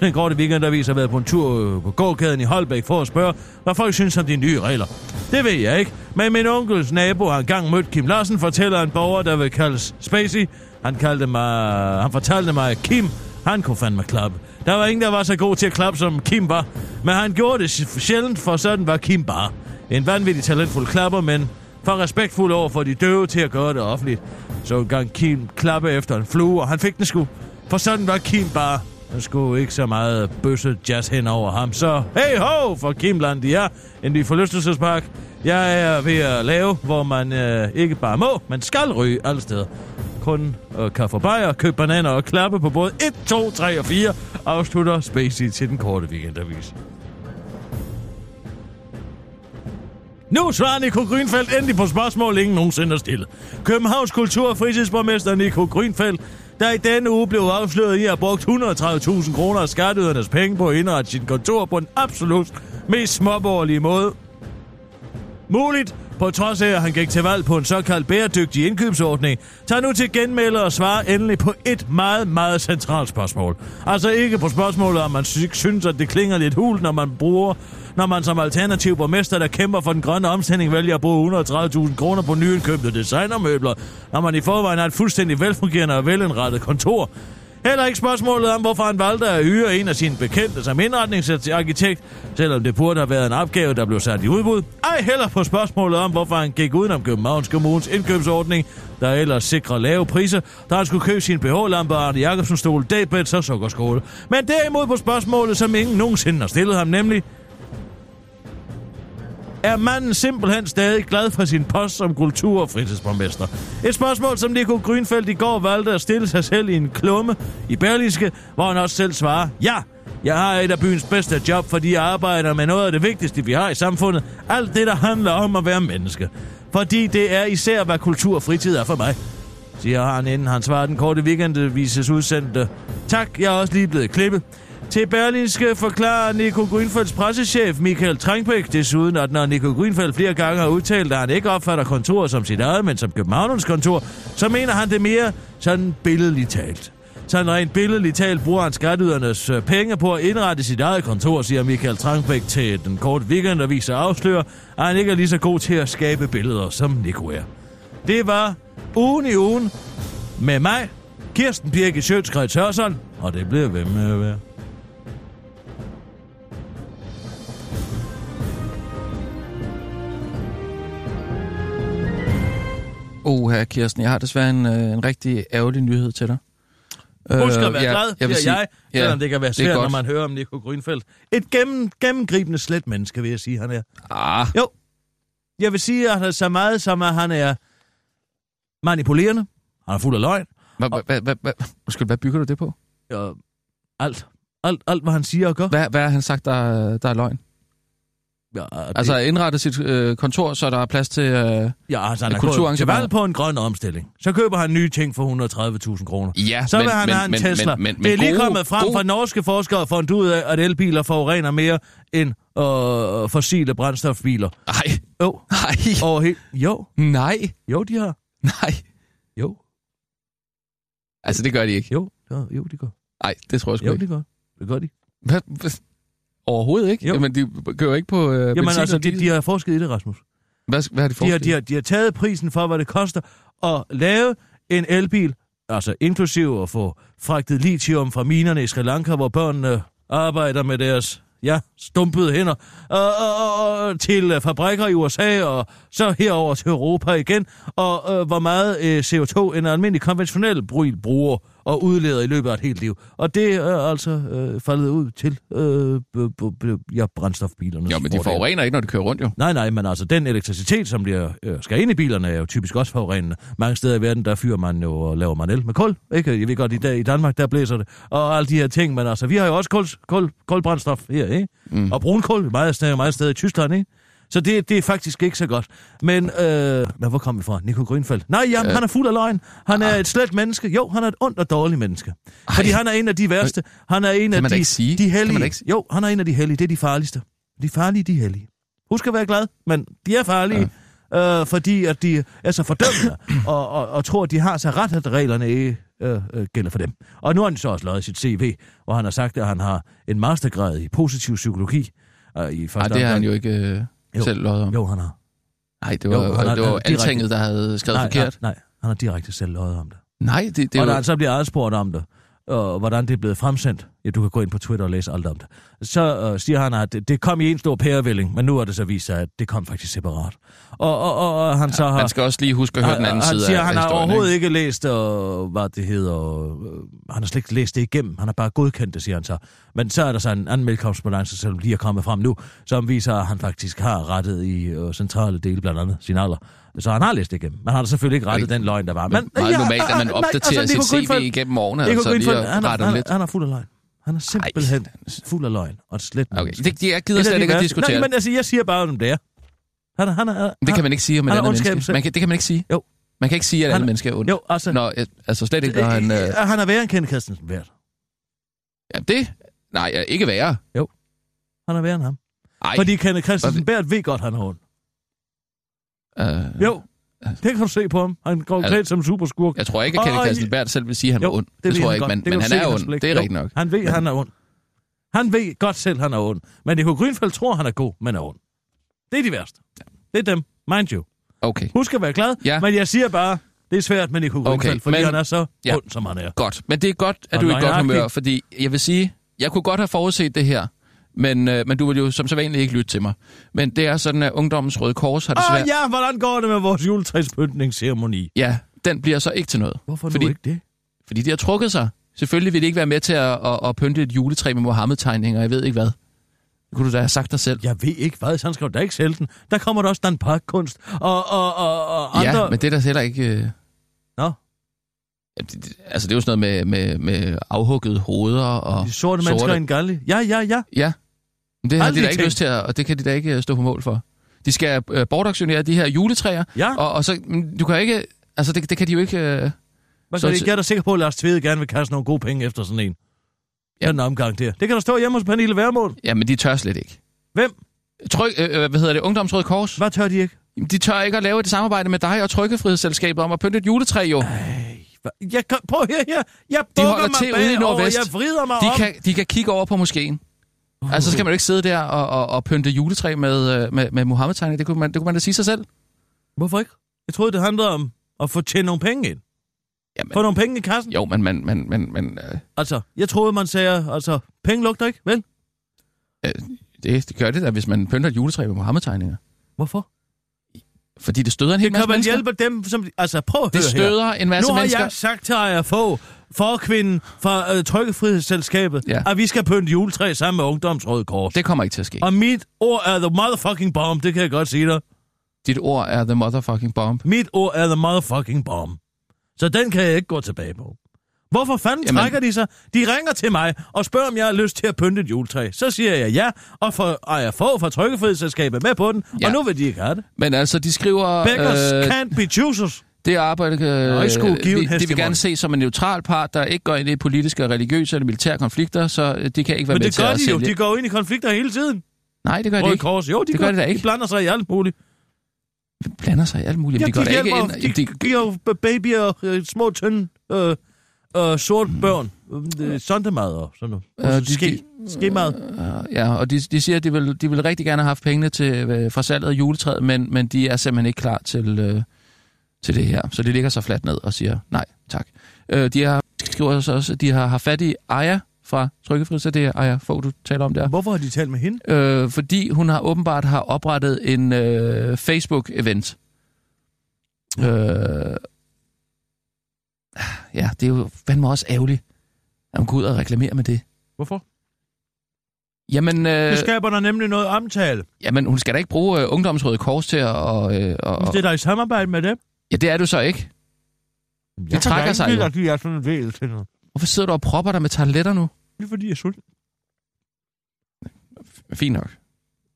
Speaker 4: Den korte weekendavis har været på en tur øh, på gågaden i Holbæk for at spørge, hvad folk synes om de nye regler. Det ved jeg ikke, men min onkels nabo har engang mødt Kim Larsen, fortæller en borger, der vil kaldes Spacey. Han, kaldte mig, han fortalte mig, Kim, han kunne fandme klappe. Der var ingen, der var så god til at klappe, som Kim var. Men han gjorde det sj- sjældent, for sådan var Kim bare. En vanvittig talentfuld klapper, men for respektfuld over for de døve til at gøre det offentligt. Så en gang Kim klappe efter en flue, og han fik den sgu. For sådan var Kim bare. Der skulle ikke så meget bøsse jazz hen over ham. Så hey ho for Kimland, de er en ny forlystelsespark. Jeg er ved at lave, hvor man øh, ikke bare må, men skal ryge alle steder. Kun øh, kaffe og bajer, køb bananer og klappe på både 1, 2, 3 og 4, afslutter Spacey til den korte weekendavis. Nu svarer Nico Grønfeldt endelig på spørgsmål, ingen nogensinde har stillet. Københavns kultur- og fritidsborgmester Nico Grønfeldt, der i denne uge blev afsløret i at have brugt 130.000 kroner af skatteydernes penge på at indrette sit kontor på den absolut mest småborgerlige måde, muligt, på trods af, at han gik til valg på en såkaldt bæredygtig indkøbsordning, tager nu til genmelde og svarer endelig på et meget, meget centralt spørgsmål. Altså ikke på spørgsmålet, om man sy- synes, at det klinger lidt hul, når man bruger når man som alternativ borgmester, der kæmper for den grønne omstilling, vælger at bruge 130.000 kroner på nyindkøbte designermøbler, når man i forvejen har et fuldstændig velfungerende og velindrettet kontor. Heller ikke spørgsmålet om, hvorfor han valgte at hyre en af sine bekendte som indretningsarkitekt, selvom det burde have været en opgave, der blev sat i udbud. Ej heller på spørgsmålet om, hvorfor han gik udenom Københavns Kommunes indkøbsordning, der ellers sikrer lave priser, da han skulle købe sin BH-lampe og Arne Jacobsen stol, dagbeds og sukkerskåle. Men derimod på spørgsmålet, som ingen nogensinde har stillet ham, nemlig, er manden simpelthen stadig glad for sin post som kultur- og fritidsborgmester. Et spørgsmål, som Nico Grønfeldt i går valgte at stille sig selv i en klumme i Berlingske, hvor han også selv svarer, ja, jeg har et af byens bedste job, fordi jeg arbejder med noget af det vigtigste, vi har i samfundet. Alt det, der handler om at være menneske. Fordi det er især, hvad kultur og fritid er for mig. Siger han, inden han svarer den korte weekendavises udsendte. Tak, jeg er også lige blevet klippet. Til Berlinske forklarer Nico Grønfelds pressechef Michael Trangbæk desuden, at når Nico Grønfeldt flere gange har udtalt, at han ikke opfatter kontoret som sit eget, men som Københavnens kontor, så mener han det mere sådan billedligt talt. Sådan rent billedligt talt bruger han skatteydernes øh, penge på at indrette sit eget kontor, siger Michael Trangbæk til den korte weekendavis og afslører, at han ikke er lige så god til at skabe billeder, som Nico er. Det var ugen i ugen med mig, Kirsten Birke Sjøtskreds Hørsson, og det bliver ved med at være.
Speaker 6: Oh, her Kirsten, jeg har desværre en, øh, en rigtig ærgerlig nyhed til dig.
Speaker 4: Husk
Speaker 6: Øh,
Speaker 4: at være ja, glad, jeg
Speaker 6: vil
Speaker 4: siger
Speaker 6: sige-
Speaker 4: jeg, selvom det kan være
Speaker 6: det er
Speaker 4: svært, når
Speaker 6: godt.
Speaker 4: man hører om Nico Grønfeldt. Et gennem, gennemgribende slet menneske, vil jeg sige, han er.
Speaker 6: Ah,
Speaker 4: Jo. Jeg vil sige, at han er så meget som, at han er manipulerende. Han er fuld af løgn.
Speaker 6: hvad, hvad, hvad, hvad, hvad, undskyld, hvad bygger du det på?
Speaker 4: Og alt, alt, alt, hvad han siger og gør.
Speaker 6: Hvad, hvad har han sagt, der, er- der er løgn?
Speaker 4: Ja, det,
Speaker 6: Altså indrettet sit øh, kontor, så der er plads til... Øh,
Speaker 4: ja, altså, han er gået til
Speaker 6: kulturarrangementer.
Speaker 4: valg på en grøn omstilling. Så køber han nye ting for 130.000 kroner.
Speaker 6: ja,
Speaker 4: Så vil han have en Tesla. det er lige kommet frem fra norske forskere, har fundet ud af, at elbiler forurener mere end øh, fossile brændstofbiler.
Speaker 6: Nej,
Speaker 4: Jo,
Speaker 6: nej,
Speaker 4: og helt, jo,
Speaker 6: nej,
Speaker 4: jo, de har.
Speaker 6: nej.
Speaker 4: Jo,
Speaker 6: Altså, det gør de ikke.
Speaker 4: jo, jo, jo de gør.
Speaker 6: Nej, det tror jeg sgu
Speaker 4: Jo,
Speaker 6: ikke.
Speaker 4: det gør. Det gør de.
Speaker 6: Hvad? Hvad? Overhovedet ikke?
Speaker 4: Jo.
Speaker 6: Jo. Jamen, de kører ikke på øh,
Speaker 4: Jamen
Speaker 6: benzin
Speaker 4: altså,
Speaker 6: og
Speaker 4: de,
Speaker 6: diesel.
Speaker 4: de har forsket i det, Rasmus.
Speaker 6: Hvad, hvad har de
Speaker 4: De har,
Speaker 6: forsket?
Speaker 4: de, har, de har taget prisen for, hvad det koster at lave en elbil, altså inklusive at få fragtet lithium fra minerne i Sri Lanka, hvor børnene arbejder med deres ja, stumpede hænder, og, og, og, til øh, fabrikker i USA, og så herover til Europa igen, og øh, hvor meget øh, CO2 en almindelig konventionel bryl bruger og udleder i løbet af et helt liv. Og det er altså øh, faldet ud til øh, b- b- b- ja, brændstofbilerne.
Speaker 6: Jo, men de forurener ikke, når de kører rundt, jo.
Speaker 4: Nej, nej, men altså den elektricitet, som bliver, øh, skal ind i bilerne, er jo typisk også forurenende. Mange steder i verden, der fyrer man jo og laver man el med kul. Ikke? Jeg ved godt, i, dag, i Danmark, der blæser det. Og alle de her ting, men altså, vi har jo også kul, kul, kulbrændstof her, ikke? Mm. Og brunkul, meget steder, meget steder i Tyskland, ikke? Så det, det er faktisk ikke så godt. Men, øh, men hvor kom vi fra? Nico Grønfeldt. Nej, jamen, øh. han er fuld af løgn. Han
Speaker 6: Ah.
Speaker 4: er et slet menneske. Jo, han er et ondt og dårligt menneske. Ej. Fordi han er en af de værste. Han er en af
Speaker 6: man da
Speaker 4: de,
Speaker 6: ikke
Speaker 4: de
Speaker 6: sige. Kan man
Speaker 4: hellige.
Speaker 6: da ikke sige.
Speaker 4: Jo, han er en af de hellige. Det er de farligste. De farlige, de hellige. Husk at være glad, men de er farlige, ja. øh, fordi at de er så fordømmende og, og, og tror, at de har så ret, at reglerne ikke øh, øh, gælder for dem. Og nu har han så også lavet sit CV, hvor han har sagt, at han har en mastergrad i positiv psykologi. Øh, i
Speaker 6: Nej,
Speaker 4: første
Speaker 6: det har han
Speaker 4: omgang.
Speaker 6: jo ikke øh,
Speaker 4: Jo.
Speaker 6: selv løjet om.
Speaker 4: Jo, han har.
Speaker 6: Nej, det var,
Speaker 4: Jo, han har-
Speaker 6: det
Speaker 4: han
Speaker 6: var
Speaker 4: har direkte-
Speaker 6: altinget, der havde skrevet
Speaker 4: nej,
Speaker 6: forkert.
Speaker 4: Nej, nej, han har direkte selv løjet om det.
Speaker 6: Nej, det, det
Speaker 4: det
Speaker 6: er
Speaker 4: og altså- da
Speaker 6: jo...
Speaker 4: han så bliver adspurgt om det, og hvordan det er blevet fremsendt, ja, du kan gå ind på Twitter og læse alt om det, så øh, siger han, at det, det kom i en stor pærevælling, men nu er det så vist sig, at det kom faktisk separat. Og, og, og, og han så har...
Speaker 6: Man skal også lige huske at høre den anden
Speaker 4: han
Speaker 6: side
Speaker 4: siger,
Speaker 6: af
Speaker 4: han har
Speaker 6: historien,
Speaker 4: overhovedet ikke læst, og, hvad det hedder, øh, han har slet ikke læst det igennem. Han har bare godkendt det, siger han så. Men så er der så en anden medkomstbalance, som lige er kommet frem nu, som viser, at han faktisk har rettet i øh, centrale dele, blandt andet signaler. Så han har læst det igennem. Man har da selvfølgelig ikke rettet
Speaker 6: Ej.
Speaker 4: den løgn, der var.
Speaker 6: Men, meget normalt, at man
Speaker 4: altså,
Speaker 6: opdaterer sit CV igennem årene,
Speaker 4: Nico
Speaker 6: altså lige
Speaker 4: Grønfeldt,
Speaker 6: at
Speaker 4: han, er,
Speaker 6: rette
Speaker 4: han, er-
Speaker 6: lidt.
Speaker 4: han er fuld af løgn. Han er simpelthen fuld af løgn og et slet
Speaker 6: Okay,
Speaker 4: menneske.
Speaker 6: det, jeg
Speaker 4: Et
Speaker 6: gider
Speaker 4: af
Speaker 6: slet
Speaker 4: de
Speaker 6: ikke at
Speaker 4: værste-
Speaker 6: diskutere
Speaker 4: Nej, men
Speaker 6: det.
Speaker 4: altså, jeg siger bare, om det er. Han, er- han, er-
Speaker 6: Det kan man ikke sige om et
Speaker 4: han er
Speaker 6: andet menneske.
Speaker 4: ondskabens-
Speaker 6: Man kan, det kan man ikke sige.
Speaker 4: Jo.
Speaker 6: Man kan ikke sige, at
Speaker 4: Han-
Speaker 6: alle mennesker er ondt.
Speaker 4: Jo, altså...
Speaker 6: Nå, øh, altså slet ikke, når han... Øh,
Speaker 4: Øh, han er værre end Kenneth Christensen værd.
Speaker 6: ja, det... Nej, ja, ikke værre.
Speaker 4: Han er værre end ham.
Speaker 6: Ej,
Speaker 4: Fordi Kenneth Christensen Bært ved godt, han har ondt.
Speaker 6: øh,
Speaker 4: Jo, det kan du se på ham. Han går
Speaker 6: Altså-
Speaker 4: klædt som superskurk.
Speaker 6: Jeg tror ikke,
Speaker 4: Og-
Speaker 6: at Kenneth
Speaker 4: og-
Speaker 6: Christensen Bært selv vil sige, at han var
Speaker 4: Jo,
Speaker 6: ond. Det,
Speaker 4: ved
Speaker 6: det tror jeg
Speaker 4: han
Speaker 6: ikke,
Speaker 4: godt.
Speaker 6: men,
Speaker 4: Det
Speaker 6: men
Speaker 4: kan
Speaker 6: han
Speaker 4: du se i
Speaker 6: er
Speaker 4: hans
Speaker 6: ond.
Speaker 4: blik.
Speaker 6: Det er
Speaker 4: Jo,
Speaker 6: rigtigt nok.
Speaker 4: Han ved,
Speaker 6: Men-
Speaker 4: han er ond. Han ved godt selv, han er ond. Men Nico Grønfeldt tror, han er god, men er ond. Det er de værste. Det er dem, mind you.
Speaker 6: Okay,
Speaker 4: Husk at være glad,
Speaker 6: Ja.
Speaker 4: men jeg siger bare, det er svært med Nico Grønfeldt, okay, fordi
Speaker 6: men-
Speaker 4: han er så
Speaker 6: Ja.
Speaker 4: ond, som han er.
Speaker 6: godt. Men det er godt, at
Speaker 4: Og
Speaker 6: du er i godt
Speaker 4: nøjagtigt.
Speaker 6: humør, fordi jeg vil sige, jeg kunne godt have forudset det her, men, øh, men du vil jo som sædvanligt ikke lytte til mig. Men det er sådan, at Ungdommens Røde Kors har
Speaker 4: Åh
Speaker 6: desværre...
Speaker 4: oh, ja, hvordan går det med vores juletræspyntningsceremoni?
Speaker 6: ja, den bliver så ikke til noget.
Speaker 4: Hvorfor
Speaker 6: fordi,
Speaker 4: nu ikke det?
Speaker 6: Fordi de har trukket sig. Selvfølgelig vil de ikke være med til at, at, at pynte et juletræ med Mohammed-tegninger, jeg ved ikke hvad. kunne du da have sagt dig selv.
Speaker 4: Jeg ved ikke hvad, sådan skal du da ikke sælge den. Der kommer der også Dan Park-kunst og, og, og, og andre...
Speaker 6: Ja, men det er da heller ikke... Øh...
Speaker 4: Nå.
Speaker 6: Ja, det- det- Altså, det er jo sådan noget med, med, med afhuggede hoveder og...
Speaker 4: De sorte mennesker i en galge. Ja, ja, ja.
Speaker 6: Ja. Men det har de
Speaker 4: Aldrig
Speaker 6: da ikke
Speaker 4: tænkt.
Speaker 6: lyst til, at- og det kan de da ikke øh, stå på mål for. De skal øh, bortaktionere de her juletræer,
Speaker 4: Ja,
Speaker 6: og, og så... men Du kan ikke... Altså, det, det kan de jo ikke... Øh...
Speaker 4: man
Speaker 6: så-
Speaker 4: kan ikke, jeg er da sikker på, at Lars Tvede gerne vil kaste nogle gode penge efter sådan en. Ja.
Speaker 6: Ja.
Speaker 4: Den omgang der. Det kan der stå hjemme hos Pernille Værmål.
Speaker 6: Ja, men de tør slet ikke.
Speaker 4: Hvem?
Speaker 6: Tryk, øh, øh, hvad hedder det? Ungdomsråd Kors?
Speaker 4: Hvad tør de ikke?
Speaker 6: Jamen, De tør ikke at lave et samarbejde med dig og Trykkefrihedsselskabet om at pynte et juletræ, jo.
Speaker 4: Hva- Jeg, kan- prøv her, her. Jeg bukker
Speaker 6: holder
Speaker 4: mig
Speaker 6: til ude i
Speaker 4: bagover,
Speaker 6: Nordvest.
Speaker 4: jeg vrider mig
Speaker 6: De
Speaker 4: om.
Speaker 6: kan, de kan kigge over på moskeen.
Speaker 4: Uh.
Speaker 6: Altså, så kan man jo ikke sidde der og, og, og pynte juletræ med, øh, med, med Mohammed-tegning. Det, kunne man- det kunne man da sige sig selv.
Speaker 4: Hvorfor ikke? Jeg troede, det handlede om at få tjent nogle penge ind.
Speaker 6: Jamen-
Speaker 4: Få nogle penge i kassen.
Speaker 6: Jo, men man... man, man, man øh,
Speaker 4: Altså, jeg troede, man sagde, altså, penge lugter ikke, vel?
Speaker 6: det, det gør det da, hvis man pynter et juletræ med Mohammed-tegninger.
Speaker 4: Hvorfor?
Speaker 6: Fordi det støder en hel
Speaker 4: Det kan
Speaker 6: masse
Speaker 4: man
Speaker 6: mennesker.
Speaker 4: hjælpe dem, som... de- Altså, prøv at
Speaker 6: Det
Speaker 4: høre her.
Speaker 6: støder en masse
Speaker 4: nu har
Speaker 6: Altså, mennesker.
Speaker 4: jeg sagt til Ejer få forkvinden fra øh, Trykkefrihedsselskabet,
Speaker 6: Ja.
Speaker 4: ja. at vi skal pynte juletræ sammen med Ungdomsrådet Kors.
Speaker 6: Det kommer ikke til at ske.
Speaker 4: Og mit ord er the motherfucking bomb, det kan jeg godt sige dig.
Speaker 6: Dit ord er the motherfucking bomb.
Speaker 4: Mit ord er the motherfucking bomb. Så den kan jeg ikke gå tilbage på. Hvorfor fanden
Speaker 6: Jamen-
Speaker 4: Jamen. trækker de sig? De ringer til mig og spørger, om jeg har lyst til at pynte et juletræ. Så siger jeg ja, og får Ejer få fra Trykkefrihedsselskabet med på den,
Speaker 6: Ja.
Speaker 4: ja. og nu vil de ikke have det.
Speaker 6: Men altså, de skriver...
Speaker 4: Beggars
Speaker 6: øh,
Speaker 4: øh, can't be choosers.
Speaker 6: Det arbejde
Speaker 4: Nå,
Speaker 6: kan,
Speaker 4: ikke skulle give en
Speaker 6: de, de vil
Speaker 4: hestemund.
Speaker 6: gerne se som en neutral part, der ikke går ind i politiske, og religiøse eller militære konflikter, så øh, de kan ikke være
Speaker 4: Men
Speaker 6: med
Speaker 4: det
Speaker 6: til
Speaker 4: gør
Speaker 6: at
Speaker 4: de jo.
Speaker 6: sælge.
Speaker 4: De går ind i konflikter hele tiden.
Speaker 6: Nej, det gør de
Speaker 4: Røde
Speaker 6: ikke.
Speaker 4: Kors. Jo, de
Speaker 6: Det gør de da ikke.
Speaker 4: De blander sig i alt muligt.
Speaker 6: De blander sig i alt muligt.
Speaker 4: Ja,
Speaker 6: men de, går da ikke
Speaker 4: hjælper-
Speaker 6: ind. Jamen,
Speaker 4: De giver jo babyer øh, små, tynde, øh, øh, sorte børn. Øh, sondemad og sådan noget.
Speaker 6: Øh,
Speaker 4: Øh,
Speaker 6: Mm. de-
Speaker 4: ske, skemad.
Speaker 6: Øh, ja, og de, de siger, at de vil, de vil rigtig gerne have haft pengene til, øh, fra salget af juletræet, men, men de er simpelthen ikke klar til, øh, til det her. Så de ligger sig fladt ned og siger nej, tak. Øh, de har, skriver så også, at de har haft fat i Aya fra Trykkefrihed, så det er Aya Fogh, du taler om der.
Speaker 4: Hvorfor har de talt med hende?
Speaker 6: Øh, fordi hun har åbenbart har oprettet en øh, Facebook-event. Øh, ja, det er jo fandme også ærgerligt, at hun går ud og reklamerer med det.
Speaker 4: Hvorfor?
Speaker 6: Jamen, øh,
Speaker 4: Det skaber der nemlig noget omtale.
Speaker 6: Jamen, hun skal da ikke bruge øh, Ungdomsrådet Kors til at... Og, øh, og,
Speaker 4: Hvis det er der i samarbejde med dem.
Speaker 6: ja, det er du så ikke.
Speaker 4: Det
Speaker 6: trækker sig jo.
Speaker 4: at de er sådan en del til noget.
Speaker 6: Hvorfor sidder du og propper dig med tarletter nu?
Speaker 4: Det er fordi, jeg er sulten.
Speaker 6: Fint nok.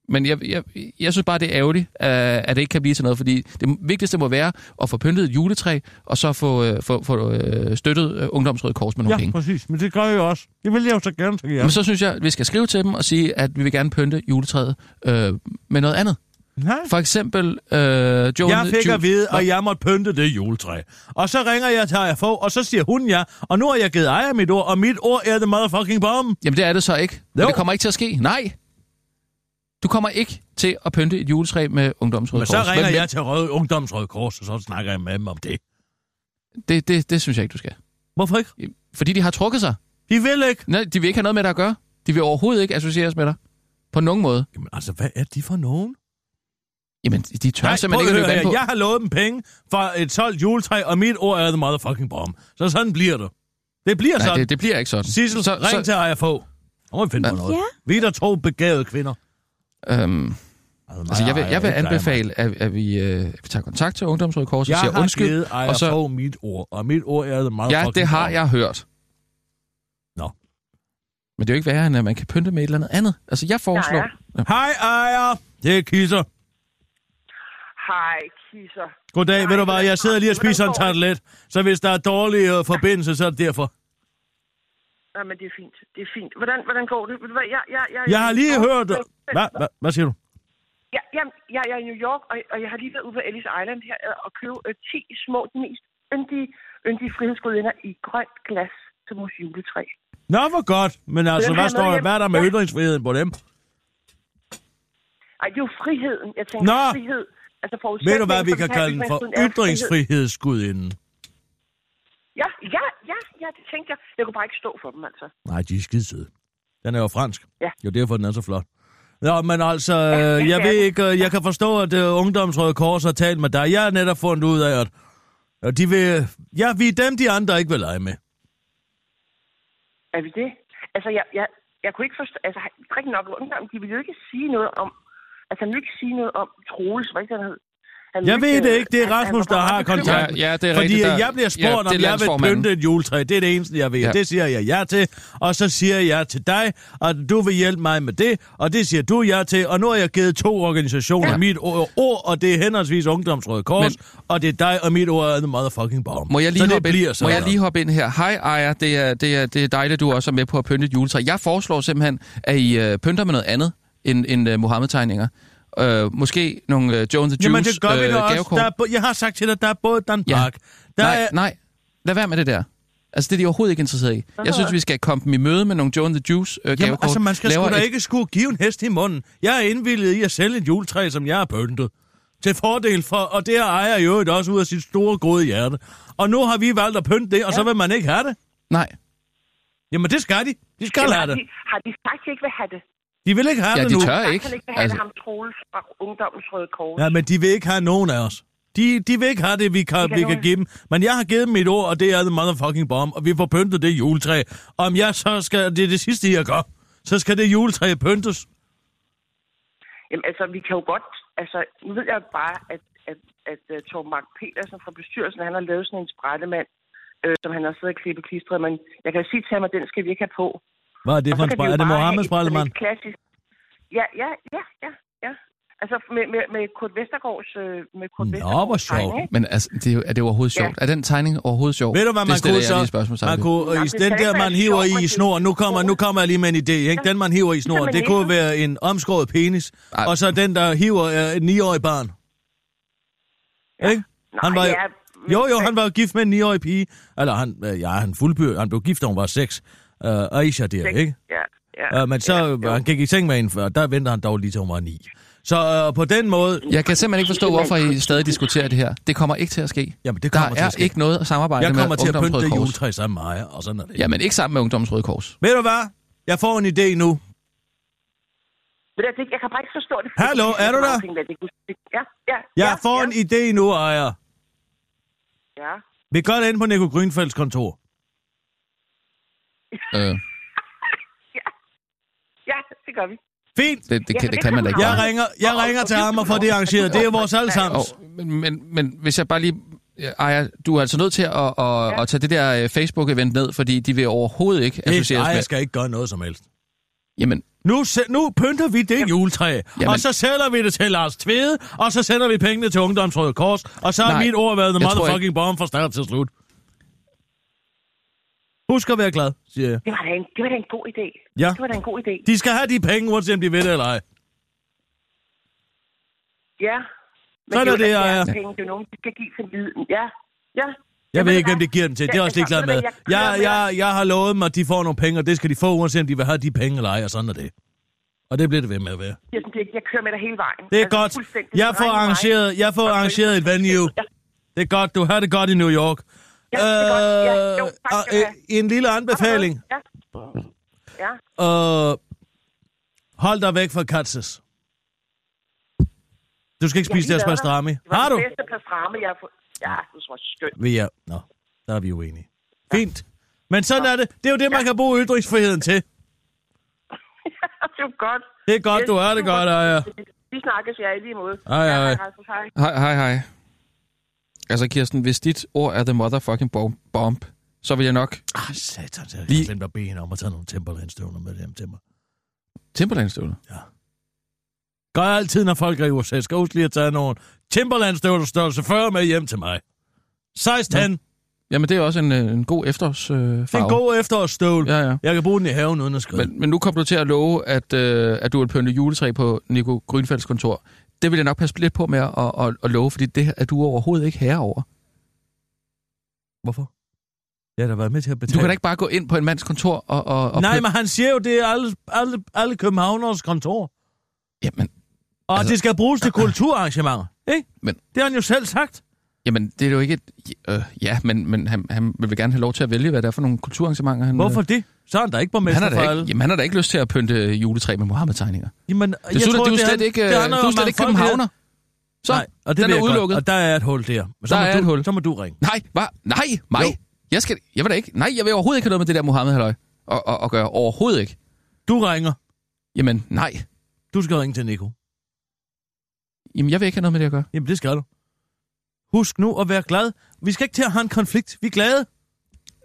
Speaker 6: Men jeg, jeg, jeg synes bare, det er ærgerligt, øh, at det ikke kan blive til noget, fordi det vigtigste må være at få pyntet et juletræ, og så få, øh, få, få øh, støttet øh, Ungdomsrådet Kors med nogle
Speaker 4: Ja,
Speaker 6: penge.
Speaker 4: præcis. Men det gør jeg også. Det vil jeg jo så gerne til jer.
Speaker 6: Men så synes jeg, at vi skal skrive til dem og sige, at vi vil gerne pynte juletræet øh, med noget andet.
Speaker 4: Nej.
Speaker 6: For eksempel... Øh, Joe,
Speaker 4: Jeg fik
Speaker 6: Joe,
Speaker 4: at vide, at jeg måtte pynte det juletræ. Og så ringer jeg til Ejer Fogh, og så siger hun ja. Og nu har jeg givet Ejer mit ord, og mit ord er the motherfucking bomb.
Speaker 6: Jamen, det er det så ikke. Men
Speaker 4: Jo.
Speaker 6: det kommer ikke til at ske. Nej. Du kommer ikke til at pynte et juletræ med ungdomsrådet.
Speaker 4: Men så ringer jeg til Røde Ungdomsrøde Kors, og så snakker jeg med dem om det.
Speaker 6: Det, det, det synes jeg ikke, du skal.
Speaker 4: Hvorfor ikke?
Speaker 6: Fordi de har trukket sig.
Speaker 4: De vil ikke.
Speaker 6: Nej, de vil ikke have noget med dig at gøre. De vil overhovedet ikke associeres med dig. På nogen måde.
Speaker 4: Jamen altså, hvad er de for nogen?
Speaker 6: Jamen, de tør Nej,
Speaker 4: prøv
Speaker 6: simpelthen ikke
Speaker 4: at høre
Speaker 6: at løbe vand på.
Speaker 4: her. Jeg har lovet dem penge for et solgt juletræ, og mit ord er the motherfucking bomb. Så sådan bliver det. Det bliver
Speaker 6: Nej,
Speaker 4: sådan.
Speaker 6: det, det bliver ikke sådan.
Speaker 4: Sissel,
Speaker 6: så,
Speaker 4: ring til Ejer Fogh. Nu må vi finde på noget.
Speaker 5: Ja.
Speaker 4: Vi er der to begavede kvinder.
Speaker 6: Øhm,
Speaker 4: Altså, mig
Speaker 6: altså, jeg
Speaker 4: og
Speaker 6: vil,
Speaker 4: Ejer,
Speaker 6: jeg vil
Speaker 4: ikke dig og mig.
Speaker 6: anbefale, at, at vi, øh, at vi tager kontakt til Ungdomsrådet Kors og
Speaker 4: Jeg
Speaker 6: siger
Speaker 4: har
Speaker 6: undskyld.
Speaker 4: givet Ejer
Speaker 6: og så,
Speaker 4: Fogh mit ord, og mit ord er the motherfucking
Speaker 6: ja, det har
Speaker 4: bomb.
Speaker 6: jeg hørt.
Speaker 4: Nå.
Speaker 6: Men det er jo ikke værre, end at man kan pynte med et eller andet andet. Altså, jeg foreslår...
Speaker 4: Hej, Ejer. Det er Kisser.
Speaker 8: Hej, kisser.
Speaker 4: Goddag, ved du hvad,
Speaker 8: hvordan-
Speaker 4: jeg sidder lige og
Speaker 8: hvordan
Speaker 4: spiser en
Speaker 8: går det?
Speaker 4: tartelet, så hvis der er dårlige øh, forbindelser, så er det derfor.
Speaker 8: Nej, men det er fint. Det er fint. Hvordan, hvordan går det? Ved du hvad, Jeg, jeg, jeg,
Speaker 4: Jeg har lige hørt... Hvad, hvad, hvad siger du?
Speaker 8: Ja, jamen, jeg, jeg er i New York, og, og jeg har lige været ude på Ellis Island her øh, og købe øh, 10 små, de mest yndige, yndige frihedsgudinder i grønt glas som vores juletræ.
Speaker 4: Nå, hvor godt. Men altså,
Speaker 8: Den
Speaker 4: hvad
Speaker 8: har
Speaker 4: står
Speaker 8: noget
Speaker 4: der?
Speaker 8: hjem.
Speaker 4: Hvad er der med
Speaker 8: Ja.
Speaker 4: ytringsfriheden på dem?
Speaker 8: Ej, det er jo friheden. Jeg tænker,
Speaker 4: Nå.
Speaker 8: frihed. Altså
Speaker 4: Ved du, hvad vi kan kalde den for
Speaker 8: ytringsfrihed?
Speaker 4: ytringsfrihedsgudinden?
Speaker 8: Ja, ja, ja, ja, det tænker jeg. Jeg kunne bare ikke stå for dem, altså.
Speaker 4: Nej, de er skide søde. Den er jo fransk.
Speaker 8: Ja.
Speaker 4: Jo, derfor den er så flot. Nå, men altså,
Speaker 8: ja,
Speaker 4: øh,
Speaker 8: det
Speaker 4: jeg
Speaker 8: er
Speaker 4: ved
Speaker 8: den.
Speaker 4: ikke, øh, jeg kan forstå, at uh, Ungdomsrøde Kors har talt med dig. Jeg har netop fundet ud af, at og de vil... Ja, vi er dem, de andre ikke vil lege med.
Speaker 8: Er vi det? Altså, jeg, jeg, jeg kunne ikke forstå, altså prikken op i ungdommen, de ville jo ikke sige noget om, altså han ville ikke sige noget om Troels, hvad ikke han hed. Han
Speaker 4: Jeg
Speaker 8: ville
Speaker 4: ved det ikke, det er
Speaker 8: han- han
Speaker 4: Rasmus,
Speaker 8: var
Speaker 4: der
Speaker 8: meget
Speaker 4: har
Speaker 8: bekymret.
Speaker 6: Ja,
Speaker 4: kontakt.
Speaker 6: ja, det er
Speaker 4: Fordi
Speaker 6: rigtigt. der-
Speaker 4: at jeg bliver
Speaker 6: ja,
Speaker 4: spurgt,
Speaker 6: det er
Speaker 4: om jeg vil
Speaker 6: landsformanden.
Speaker 4: pynte et juletræ. Det er det eneste, jeg ved.
Speaker 6: Ja.
Speaker 4: Ja. Det siger jeg ja til. Og så siger jeg til dig, at du vil hjælpe mig med det. Og det siger du ja til. Og nu har jeg givet to organisationer
Speaker 6: Ja.
Speaker 4: ja. mit o- ord, og det er henholdsvis Ungdomsrøde Kors.
Speaker 6: Men-
Speaker 4: Men... Og det er dig, og mit ord er the motherfucking bomb.
Speaker 6: Må jeg lige,
Speaker 4: så det
Speaker 6: hoppe,
Speaker 4: bliver
Speaker 6: ind?
Speaker 4: så.
Speaker 6: Må jeg lige hoppe ind her? Hej Aja, det er, det, er, det er dejligt, at du også er med på at pynte et juletræ. Jeg foreslår simpelthen, at I øh, pynter med noget andet end, end øh, Mohammed-tegninger. Øh, måske nogle øh, Jones the Juice
Speaker 4: Jamen, det gør vi
Speaker 6: øh,
Speaker 4: da også.
Speaker 6: gavekort.
Speaker 4: Der er, bo- jeg har sagt til dig, at der er både Dan
Speaker 6: Ja.
Speaker 4: Park. Der
Speaker 6: Nej,
Speaker 4: er,
Speaker 6: nej. Lad være med det der. Altså, det er de overhovedet ikke interesseret i. Jeg synes, vi skal komme dem i møde med nogle Jones the Juice øh,
Speaker 4: Jamen,
Speaker 6: gavekort.
Speaker 4: altså, man skal sgu
Speaker 6: Laver
Speaker 4: da
Speaker 6: et-
Speaker 4: ikke skulle give en hest i munden. Jeg er indvildet i at sælge et juletræ, som jeg har pyntet. Til fordel for, og det ejer jo øvrigt også ud af sit store gode hjerte. Og nu har vi valgt at pynte det, og ja. så vil man ikke have det.
Speaker 6: Nej.
Speaker 4: Jamen, det skal de. De skal
Speaker 8: Jamen,
Speaker 4: have
Speaker 8: har
Speaker 4: det.
Speaker 8: de, har de sagt, de ikke vil have det?
Speaker 4: De vil ikke have
Speaker 6: Ja,
Speaker 4: det nu.
Speaker 6: de tør
Speaker 8: Sagt,
Speaker 6: ikke.
Speaker 8: han ikke vil have
Speaker 6: Altså,
Speaker 8: altså... ham Troels fra Ungdommens Røde Kors.
Speaker 4: Ja, men de vil ikke have nogen af os. De, de vil ikke have det, vi kan,
Speaker 8: kan
Speaker 4: vi kan
Speaker 8: nogen-
Speaker 4: give dem. Men jeg har givet dem et ord, og det er the motherfucking bomb, og vi får pyntet det juletræ. Om jeg så skal, det er det sidste, jeg gør, så skal det juletræ pyntes.
Speaker 8: Jamen, altså, vi kan jo godt... Altså, nu ved jeg bare, at, at, at, at Torben Mark Petersen fra bestyrelsen, han har lavet sådan en sprættemand, øh, som han har siddet og klippet klistret, men jeg kan sige til ham, at den skal vi ikke have på.
Speaker 4: Hvad er det
Speaker 8: Og
Speaker 4: for
Speaker 8: så
Speaker 4: en
Speaker 8: kan vi
Speaker 4: spejl?
Speaker 8: jo
Speaker 4: Er det
Speaker 8: bare have
Speaker 4: Mohammed
Speaker 8: et-
Speaker 4: spejl,
Speaker 8: sådan et Klassisk... Ja, ja, ja, ja, ja. Altså, med, med, med Kurt Vestergaards... øh, Med Kurt
Speaker 4: Nå,
Speaker 8: Vestergaards
Speaker 4: hvor sjovt.
Speaker 8: tegning, ikke?
Speaker 6: Men altså, det er, jo- er det overhovedet
Speaker 8: Ja.
Speaker 6: sjovt? Er den tegning overhovedet sjov?
Speaker 4: Ved du, hvad
Speaker 6: det
Speaker 4: man
Speaker 6: stiller
Speaker 4: kunne
Speaker 6: jeg lige
Speaker 4: så?
Speaker 6: et spørgsmål
Speaker 4: Man kunne,
Speaker 8: Nej,
Speaker 4: øh,
Speaker 8: det skal
Speaker 4: den
Speaker 8: ikke
Speaker 4: der,
Speaker 8: være
Speaker 4: man hiver
Speaker 8: sjovt,
Speaker 4: i
Speaker 8: men
Speaker 4: i
Speaker 8: det er
Speaker 4: snor, nu kommer, nu
Speaker 8: sjovt.
Speaker 4: kommer jeg lige med en idé, ikke? Den, man hiver i snor,
Speaker 8: Ligesom en
Speaker 4: det kunne
Speaker 8: næse.
Speaker 4: være en omskåret penis,
Speaker 6: Ej.
Speaker 4: og så den, der hiver øh, et 9-årig barn. Ikke? Han var,
Speaker 8: ja, men-
Speaker 4: jo, jo, han var jo gift med en 9-årig pige. Eller han, øh, ja, han fuldbyrd, han blev gift, da hun var 6. Uh, Aisha der, ikke?
Speaker 8: Ja, ja.
Speaker 4: Uh, men så
Speaker 8: ja,
Speaker 4: ja, han gik i seng med hende før, der venter han dog lige til hun var 9. Så uh, på den måde,
Speaker 6: Jeg kan simpelthen ikke forstå, hvorfor I stadig diskuterer det her. Det kommer ikke til at ske.
Speaker 4: Jamen, det
Speaker 6: der
Speaker 4: kommer til
Speaker 6: er
Speaker 4: at ske.
Speaker 6: ikke noget at samarbejde
Speaker 4: jeg kommer
Speaker 6: med
Speaker 4: til at pynte
Speaker 6: Ungdommens
Speaker 4: det
Speaker 6: Røde Kors.
Speaker 4: juletræ sammen med Aja, og sådan er det.
Speaker 6: Jamen, ikke sammen med Ungdommens Røde Kors.
Speaker 4: Ved du hvad? Jeg får en idé nu.
Speaker 8: Ved du, det- Jeg kan bare ikke forstå det.
Speaker 4: Hallo, er du der?
Speaker 8: Ja, ja.
Speaker 4: Jeg får
Speaker 8: ja,
Speaker 4: en idé nu, Aja.
Speaker 8: Ja.
Speaker 4: Vi går ind på Nico Grønfelds kontor.
Speaker 6: Øh,
Speaker 8: ja, det gør vi.
Speaker 4: Fint.
Speaker 6: det, det,
Speaker 8: Ja,
Speaker 6: kan,
Speaker 8: for
Speaker 6: det
Speaker 8: det
Speaker 6: kan man da
Speaker 8: kan man
Speaker 6: ikke.
Speaker 4: Jeg
Speaker 6: bare.
Speaker 4: ringer, jeg ringer til ham og får det arrangeret. Det er vores allesammens.
Speaker 6: Åh, men, men, men hvis jeg bare lige... Ej, du er altså nødt til at, at, at tage det der øh, Facebook-event ned, fordi de vil overhovedet ikke associeres
Speaker 4: Nej,
Speaker 6: med...
Speaker 4: jeg skal ikke gøre noget som helst.
Speaker 6: Jamen,
Speaker 4: Nu, se- nu pynter vi det juletræ,
Speaker 6: Jamen.
Speaker 4: og så sælger vi det til Lars Tvede, og så sender vi pengene til Ungdomsrådet Kors, og så har
Speaker 6: Nej,
Speaker 4: mit ord været the
Speaker 6: jeg tror
Speaker 4: motherfucking bomb fra start til slut. Husk at være glad, siger jeg.
Speaker 8: Det var da en, det var da en god idé.
Speaker 4: Ja.
Speaker 8: Det var da en god idé.
Speaker 4: De skal have de penge, uanset om de ved det eller ej.
Speaker 8: Ja. Men
Speaker 4: Sådan er
Speaker 8: jo
Speaker 4: det,
Speaker 8: deres
Speaker 4: Aja.
Speaker 8: Penge, det er nogen, de skal give til viden. Ja, ja.
Speaker 4: Jeg ved
Speaker 8: Jamen,
Speaker 4: ikke, hvem
Speaker 8: hvad?
Speaker 4: det giver dem til. Det er
Speaker 8: Ja,
Speaker 4: også
Speaker 8: altså,
Speaker 4: ligeglad med.
Speaker 8: ved du hvad, kører
Speaker 4: Jeg,
Speaker 8: med
Speaker 4: jeg, jeg har lovet dem, at de får nogle penge, og det skal de få, uanset om de vil have de penge eller ej, og sådan er det. Og det bliver det ved med at være.
Speaker 8: dig. Kirsten Birk, Jeg kører med dig hele vejen.
Speaker 4: Det er
Speaker 8: Altså,
Speaker 4: godt.
Speaker 8: fuldstændig.
Speaker 4: Jeg får
Speaker 8: Dreng mig.
Speaker 4: arrangeret, jeg får
Speaker 8: Og
Speaker 4: arrangeret et venue.
Speaker 8: Ja.
Speaker 4: Det er godt. Du har det godt i New York.
Speaker 8: Ja, det er godt. Ja, jo,
Speaker 4: Øh,
Speaker 8: tak
Speaker 4: og,
Speaker 8: skal du have.
Speaker 4: øh, en lille anbefaling.
Speaker 8: Ja. Ja.
Speaker 4: Øh, hold dig væk fra Katzes. Du skal ikke
Speaker 8: Jeg har
Speaker 4: spise
Speaker 8: lige
Speaker 4: deres
Speaker 8: været der.
Speaker 4: pastrami.
Speaker 8: Det var
Speaker 4: Har
Speaker 8: den
Speaker 4: du?
Speaker 8: bedste pastrami, jeg har fået. Ja, det var skønt.
Speaker 4: Ved jeg. Nå, der er vi uenige. Fint. Men sådan er det. Det er jo det, man kan bruge ytringsfriheden til.
Speaker 8: det var godt.
Speaker 4: Det er godt,
Speaker 8: Yes,
Speaker 4: du har det
Speaker 8: super.
Speaker 4: godt, Aja.
Speaker 8: Vi snakkes, jeg er i lige måde.
Speaker 4: Hej,
Speaker 8: Ja,
Speaker 4: hej.
Speaker 8: Rasmus, hej.
Speaker 6: hej, hej, hej. Altså, Kirsten, hvis dit ord er the motherfucking bom- bomb, så vil jeg nok...
Speaker 4: Ah, satan. Jeg
Speaker 6: Lige-
Speaker 4: har glemt at bede hende om at tage nogle Timberland-støvler med hjem til mig.
Speaker 6: Timberland-støvler.
Speaker 4: Gør jeg altid, når folk er i USA. Skal huske lige at tage nogle Timberland-støvler størrelse 40 med hjem til mig. Size 10.
Speaker 6: Nå,
Speaker 4: Ja, det
Speaker 6: Jamen, det er også en, øh, en god efterårsfarve. Øh,
Speaker 4: er
Speaker 6: farve.
Speaker 4: en god efterårsstøvle.
Speaker 6: Ja, ja.
Speaker 4: Jeg kan bruge den i haven uden at skrive.
Speaker 6: Men, men nu kom du til at love, at, øh, at du vil pynte juletræ på Nico Grønfelds kontor. Det vil jeg nok passe lidt på med at, at, at, at love, fordi det er du overhovedet ikke herre over.
Speaker 4: Hvorfor? Jeg har da været med til at betale.
Speaker 6: Du kan da ikke bare gå ind på en mands kontor og... og, og
Speaker 4: Nej,
Speaker 6: pynte-
Speaker 4: men han siger jo, det er alle, alle, alle københavners kontor.
Speaker 6: Jamen,
Speaker 4: Og
Speaker 6: Altså-
Speaker 4: altså... det skal bruges til kulturarrangementer, ikke?
Speaker 6: Men-
Speaker 4: Det har han jo selv sagt.
Speaker 6: jamen, det er jo ikke... Et, øh, ja, men, men han, han vil gerne have lov til at vælge, hvad det er for nogle kulturarrangementer, han...
Speaker 4: Hvorfor
Speaker 6: øh,
Speaker 4: det? Så er han da ikke borgmester
Speaker 6: han har,
Speaker 4: for
Speaker 6: da
Speaker 4: alle.
Speaker 6: ikke, jamen, han har da ikke lyst til at pynte juletræ med Mohammed-tegninger.
Speaker 4: Jamen,
Speaker 6: Det synes du, det er jo slet ikke, øh, du er slet ikke københavner. Så,
Speaker 4: Så, Nej, og det
Speaker 6: den
Speaker 4: ved
Speaker 6: er
Speaker 4: jeg godt.
Speaker 6: udelukket.
Speaker 4: Og der er et hul der. Men Så
Speaker 6: Der
Speaker 4: må
Speaker 6: er
Speaker 4: du,
Speaker 6: et hul.
Speaker 4: Så må du ringe.
Speaker 6: Nej, hvad? Nej, mig?
Speaker 4: Jo.
Speaker 6: Jeg skal... Jeg vil da ikke... Nej, jeg vil overhovedet ikke have noget med det der Mohammed-halløj at, at, at gøre. Overhovedet ikke.
Speaker 4: Du ringer.
Speaker 6: Jamen, nej.
Speaker 4: Du skal ringe til Nico.
Speaker 6: Jamen, jeg vil ikke have noget med det at gøre.
Speaker 4: Jamen, det skal du. Husk nu at være glad. Vi skal ikke til at have en konflikt. Vi er glade.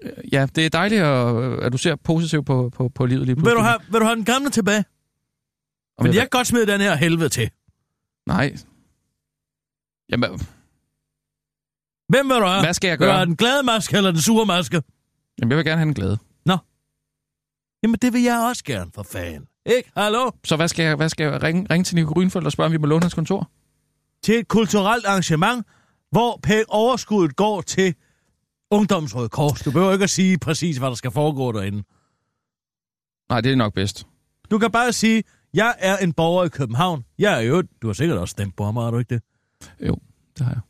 Speaker 6: Øh, Ja, det er dejligt, at, øh, at du ser positivt på, på, på livet lige
Speaker 4: Vil du,
Speaker 6: pludselig.
Speaker 4: have, vil du have den gamle tilbage?
Speaker 6: Og
Speaker 4: Men
Speaker 6: vil
Speaker 4: jeg kan godt smide den her helvede til.
Speaker 6: Nej. Jamen, øh,
Speaker 4: Hvem vil du have?
Speaker 6: hvad skal jeg
Speaker 4: Vil du
Speaker 6: gøre?
Speaker 4: have den glade maske eller den sure maske?
Speaker 6: Jamen, jeg vil gerne have den glade.
Speaker 4: Jamen, det vil jeg også gerne, for fanden. Ikke? Hallo?
Speaker 6: Så hvad skal jeg, hvad skal jeg ringe, ringe til Nico Grønfeldt og spørge, om vi må låne hans kontor?
Speaker 4: Til et kulturelt arrangement, hvor pæ- overskuddet går til Ungdomsrøde Kors. Du behøver ikke at sige præcis, hvad der skal foregå derinde.
Speaker 6: Nej, det er nok bedst.
Speaker 4: Du kan bare sige, jeg er en borger i København. Jeg er jo, du har sikkert også stemt på ham, har du ikke det?
Speaker 6: Det har jeg.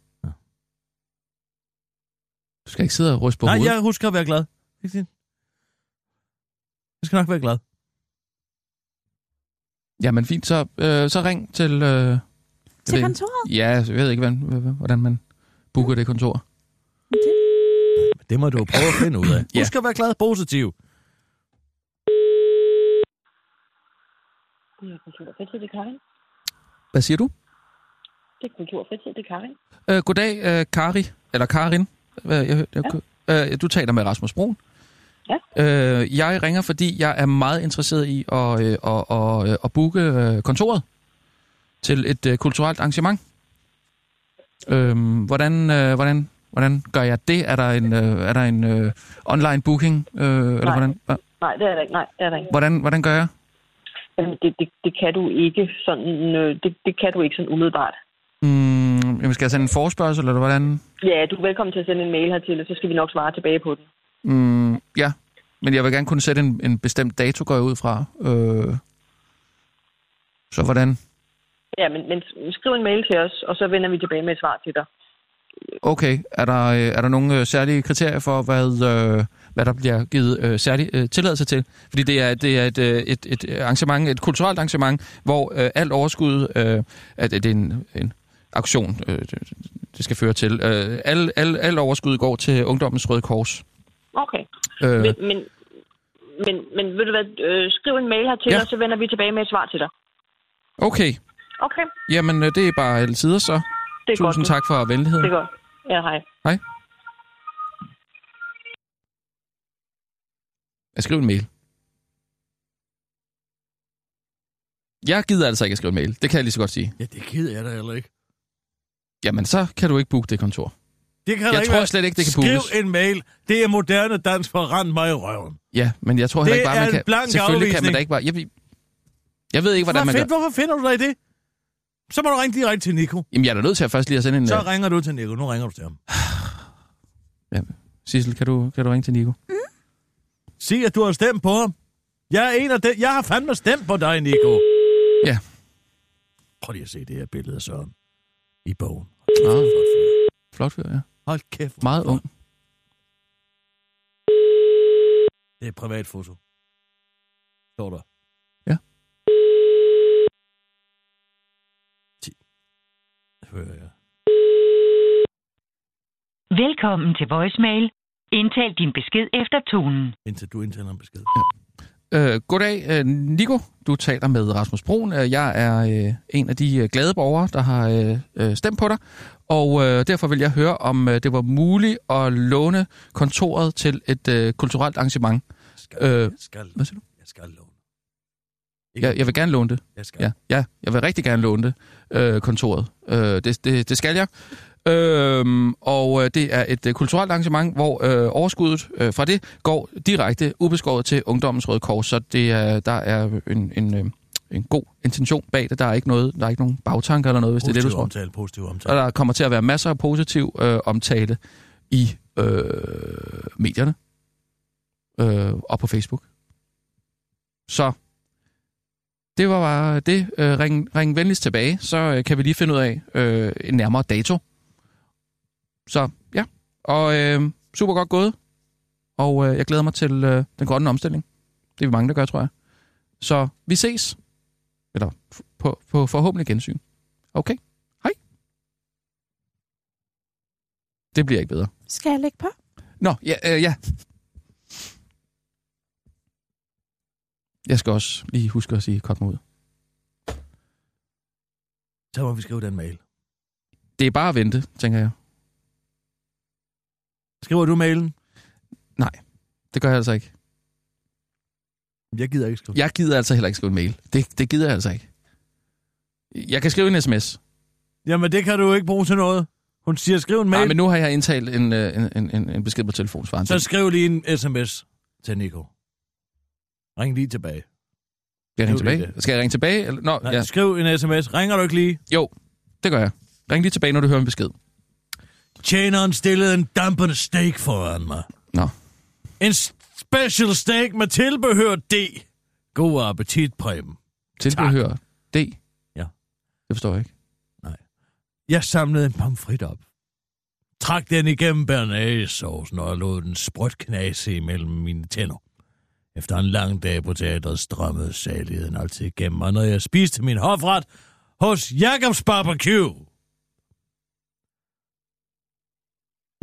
Speaker 6: Du skal ikke sidde og ryste på
Speaker 4: Nej,
Speaker 6: hovedet.
Speaker 4: jeg husker at være glad. Ikke det? Jeg skal nok være glad.
Speaker 6: Jamen fint, så, øh, så ring til... Øh, jeg ved
Speaker 5: Til
Speaker 6: ikke.
Speaker 5: kontoret.
Speaker 6: Ja, altså, jeg ved ikke, hvordan, hvordan man booker det kontor.
Speaker 4: Men det må du jo prøve at finde ud af.
Speaker 6: Ja.
Speaker 4: ja. Husk at være glad og positiv.
Speaker 9: Det er kultur og fritid, det er Karin.
Speaker 6: Hvad siger du?
Speaker 9: Det er kultur og fritid, det er Karin.
Speaker 6: Øh, goddag, øh, Kari. Eller Karin. Hvad, jeg, jeg, jeg, øh, du taler med Rasmus Broen.
Speaker 9: Ja.
Speaker 6: Øh, jeg ringer, fordi jeg er meget interesseret i at, øh, at, at, øh, at booke øh, kontoret til et øh, kulturelt arrangement. Øhm, hvordan, øh, hvordan, hvordan gør jeg det? Er der en, øh, er der en øh, online booking? Øh, eller
Speaker 9: Nej.
Speaker 6: hvordan, hva-
Speaker 9: Nej, det er der ikke. Nej, det er der ikke.
Speaker 6: hvordan, hvordan gør jeg?
Speaker 9: Jamen, det, det, det kan du ikke sådan, øh, det, det kan du ikke sådan umiddelbart.
Speaker 6: Mm, jamen, skal jeg sende en forespørgsel, eller hvordan?
Speaker 9: Ja, du er velkommen til at sende en mail hertil, og så skal vi nok svare tilbage på den.
Speaker 6: Mm, ja, men jeg vil gerne kunne sætte en, en bestemt dato, går jeg ud fra. Øh, så hvordan?
Speaker 9: Ja, men, men skriv en mail til os, og så vender vi tilbage med et svar til dig.
Speaker 6: Okay, er der, øh, er der nogle øh, særlige kriterier for, hvad, øh, hvad der bliver givet øh, særlig øh, tilladelse til? Fordi det er, det er et, øh, et, et arrangement, et kulturelt arrangement, hvor øh, alt overskud, øh, at, at det er en, en aktion, øh, det, det skal føre til. Øh, al, al, al overskud går til Ungdommens Røde Kors.
Speaker 9: Okay.
Speaker 6: Øh,
Speaker 9: Men, men, men, men ved du hvad, øh, skriv en mail hertil,
Speaker 6: Ja.
Speaker 9: ja. og så vender vi tilbage med et svar til dig.
Speaker 6: okay,
Speaker 9: Okay,
Speaker 6: jamen øh, det er bare alle sider så.
Speaker 9: det er godt.
Speaker 6: Tusind
Speaker 9: du.
Speaker 6: tak for venligheden.
Speaker 9: Det er godt. Ja, hej.
Speaker 6: at skrive en mail. Jeg gider altså ikke at skrive en mail. Det kan jeg lige så godt sige.
Speaker 4: Ja, det gider jeg da heller ikke.
Speaker 6: Jamen, så kan du ikke booke det kontor.
Speaker 4: Det kan der
Speaker 6: Jeg
Speaker 4: ikke
Speaker 6: tror
Speaker 4: være.
Speaker 6: slet ikke, det kan
Speaker 4: Skriv
Speaker 6: bookes.
Speaker 4: en mail. Det er moderne dans for rand mig i røven.
Speaker 6: Ja, men jeg tror heller
Speaker 4: Det
Speaker 6: ikke bare,
Speaker 4: er
Speaker 6: man
Speaker 4: en
Speaker 6: kan...
Speaker 4: blank
Speaker 6: Selvfølgelig kan man da
Speaker 4: afvisning.
Speaker 6: ikke bare... Jeg, jeg ved ikke, hvordan
Speaker 4: Hvad
Speaker 6: man
Speaker 4: fedt,
Speaker 6: gør.
Speaker 4: hvorfor finder du dig i det? Så må du ringe direkte til Nico.
Speaker 6: Jamen, jeg er da nødt til at først lige at sende en...
Speaker 4: Så
Speaker 6: øh,
Speaker 4: ringer du til Nico. Nu ringer du til ham.
Speaker 6: Sissel, kan du, kan du ringe til Nico?
Speaker 4: Sig, at du har stemt på ham. Jeg er en af dem. Jeg har fandme stemt på dig, Nico.
Speaker 6: Ja.
Speaker 4: Prøv lige at se det her billede af Søren. I bogen.
Speaker 6: Nå,
Speaker 4: Flot fyr.
Speaker 6: flot fyr, ja.
Speaker 4: Hold kæft. hvor
Speaker 6: Ah. Meget
Speaker 4: flot.
Speaker 6: ung.
Speaker 4: Det er et privat foto. Står der.
Speaker 6: Ja.
Speaker 4: Ti- Hører jeg.
Speaker 10: Velkommen til voicemail. Indtal din besked efter tonen.
Speaker 4: Indtil du indtaler en besked.
Speaker 6: Øh, goddag, øh, Nico. Du taler med Rasmus Broen. Øh, Jeg er øh, en af de øh, glade borgere, der har øh, øh, stemt på dig. Og øh, derfor vil jeg høre, om øh, det var muligt at låne kontoret til et øh, kulturelt arrangement.
Speaker 4: Skal,
Speaker 6: Øh,
Speaker 4: jeg skal,
Speaker 6: hvad siger du?
Speaker 4: Jeg skal låne.
Speaker 6: Jeg, jeg vil gerne låne det.
Speaker 4: Jeg skal.
Speaker 6: Ja, ja, jeg vil rigtig gerne låne det, øh, kontoret. Øh, det, det, det skal jeg. Øhm, og øh, det er et øh, kulturelt arrangement, hvor øh, overskuddet øh, fra det går direkte ubeskåret til Ungdommens Røde Kors, så det er, der er en, en, øh, en god intention bag det. Der er ikke noget, der er ikke nogen bagtanker eller noget, hvis det er det, du tror.
Speaker 4: omtale, positiv omtale.
Speaker 6: Og der kommer til at være masser af positiv øh, omtale i øh, medierne øh, og på Facebook. Så det var bare det. Øh, ring, ring venligst tilbage, så øh, kan vi lige finde ud af øh, en nærmere dato. Så ja, og øh, super godt gået. Og øh, jeg glæder mig til øh, den grønne omstilling. Det er vi mange, der gør, tror jeg. Så vi ses. Eller f- på, på forhåbentlig gensyn. Okay? Det bliver ikke bedre.
Speaker 5: Skal jeg lægge på?
Speaker 6: Nå, ja, øh, ja. Jeg skal også lige huske at sige, kort mig ud.
Speaker 4: Så må vi skrive den mail.
Speaker 6: Det er bare at vente, tænker jeg.
Speaker 4: Skriver du mailen?
Speaker 6: Det gør jeg altså ikke.
Speaker 4: Jeg gider ikke skrive.
Speaker 6: Jeg gider altså heller ikke skrive en mail. Det, det gider jeg altså ikke. Jeg kan skrive en sms.
Speaker 4: Jamen, det kan du jo ikke bruge til noget. Hun siger, skriv en mail,
Speaker 6: Nej,
Speaker 4: Ej,
Speaker 6: Ah, men nu har jeg indtalt en, øh, en, en- en, en besked på telefonsvaren.
Speaker 4: så skriv lige en sms til Nico. Ring lige tilbage.
Speaker 6: Skal jeg ringe
Speaker 4: det er
Speaker 6: tilbage?
Speaker 4: det.
Speaker 6: Skal jeg ringe tilbage? Eller- Nå,
Speaker 4: Nej,
Speaker 6: ja,
Speaker 4: ja. skriv en sms. Ringer du ikke lige?
Speaker 6: det gør jeg. Ring lige tilbage, når du hører en besked.
Speaker 4: Tjeneren stillede en dampende steak foran mig.
Speaker 6: Nå.
Speaker 4: En s- special steak med tilbehør D. God appetit, Preben.
Speaker 6: Tilbehør D.
Speaker 4: Ja.
Speaker 6: Det forstår jeg ikke.
Speaker 4: Jeg samlede en pomfrit op. Trak den igennem bernæssaucen og lod den sprødt knase imellem mine tænder. Efter en lang dag på teatret strømmede saligheden altid igennem mig, når jeg spiste min hofret hos Jacobs Barbecue.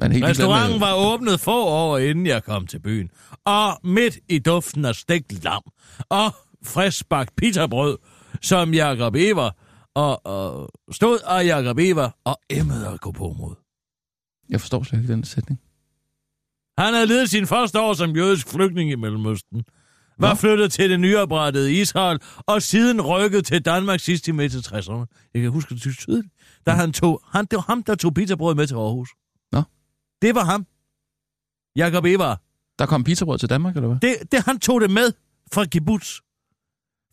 Speaker 6: Man er helt ligeglad med-
Speaker 4: Restauranten var åbnet få år inden jeg kom til byen. Og midt i duften af stegt lam og friskbagt pitabrød, som Jakob Ever og, og stod og Jakob Ever og emmede at gå på mod.
Speaker 6: Jeg forstår slet ikke den sætning.
Speaker 4: Han havde levet sin første år som jødisk flygtning i Mellemøsten. Var flyttet til det nyoprettede Israel, og siden rykket til Danmark sidst i midt 60'erne. Jeg kan huske det tydeligt. Da han tog, han, det var ham, der tog pizzabrød med til Aarhus.
Speaker 6: Mm. Nå.
Speaker 4: Det var ham. Jakob Evar.
Speaker 6: Der kom pizzabrød til Danmark, eller hvad?
Speaker 4: Det, det, han tog det med fra kibbutz.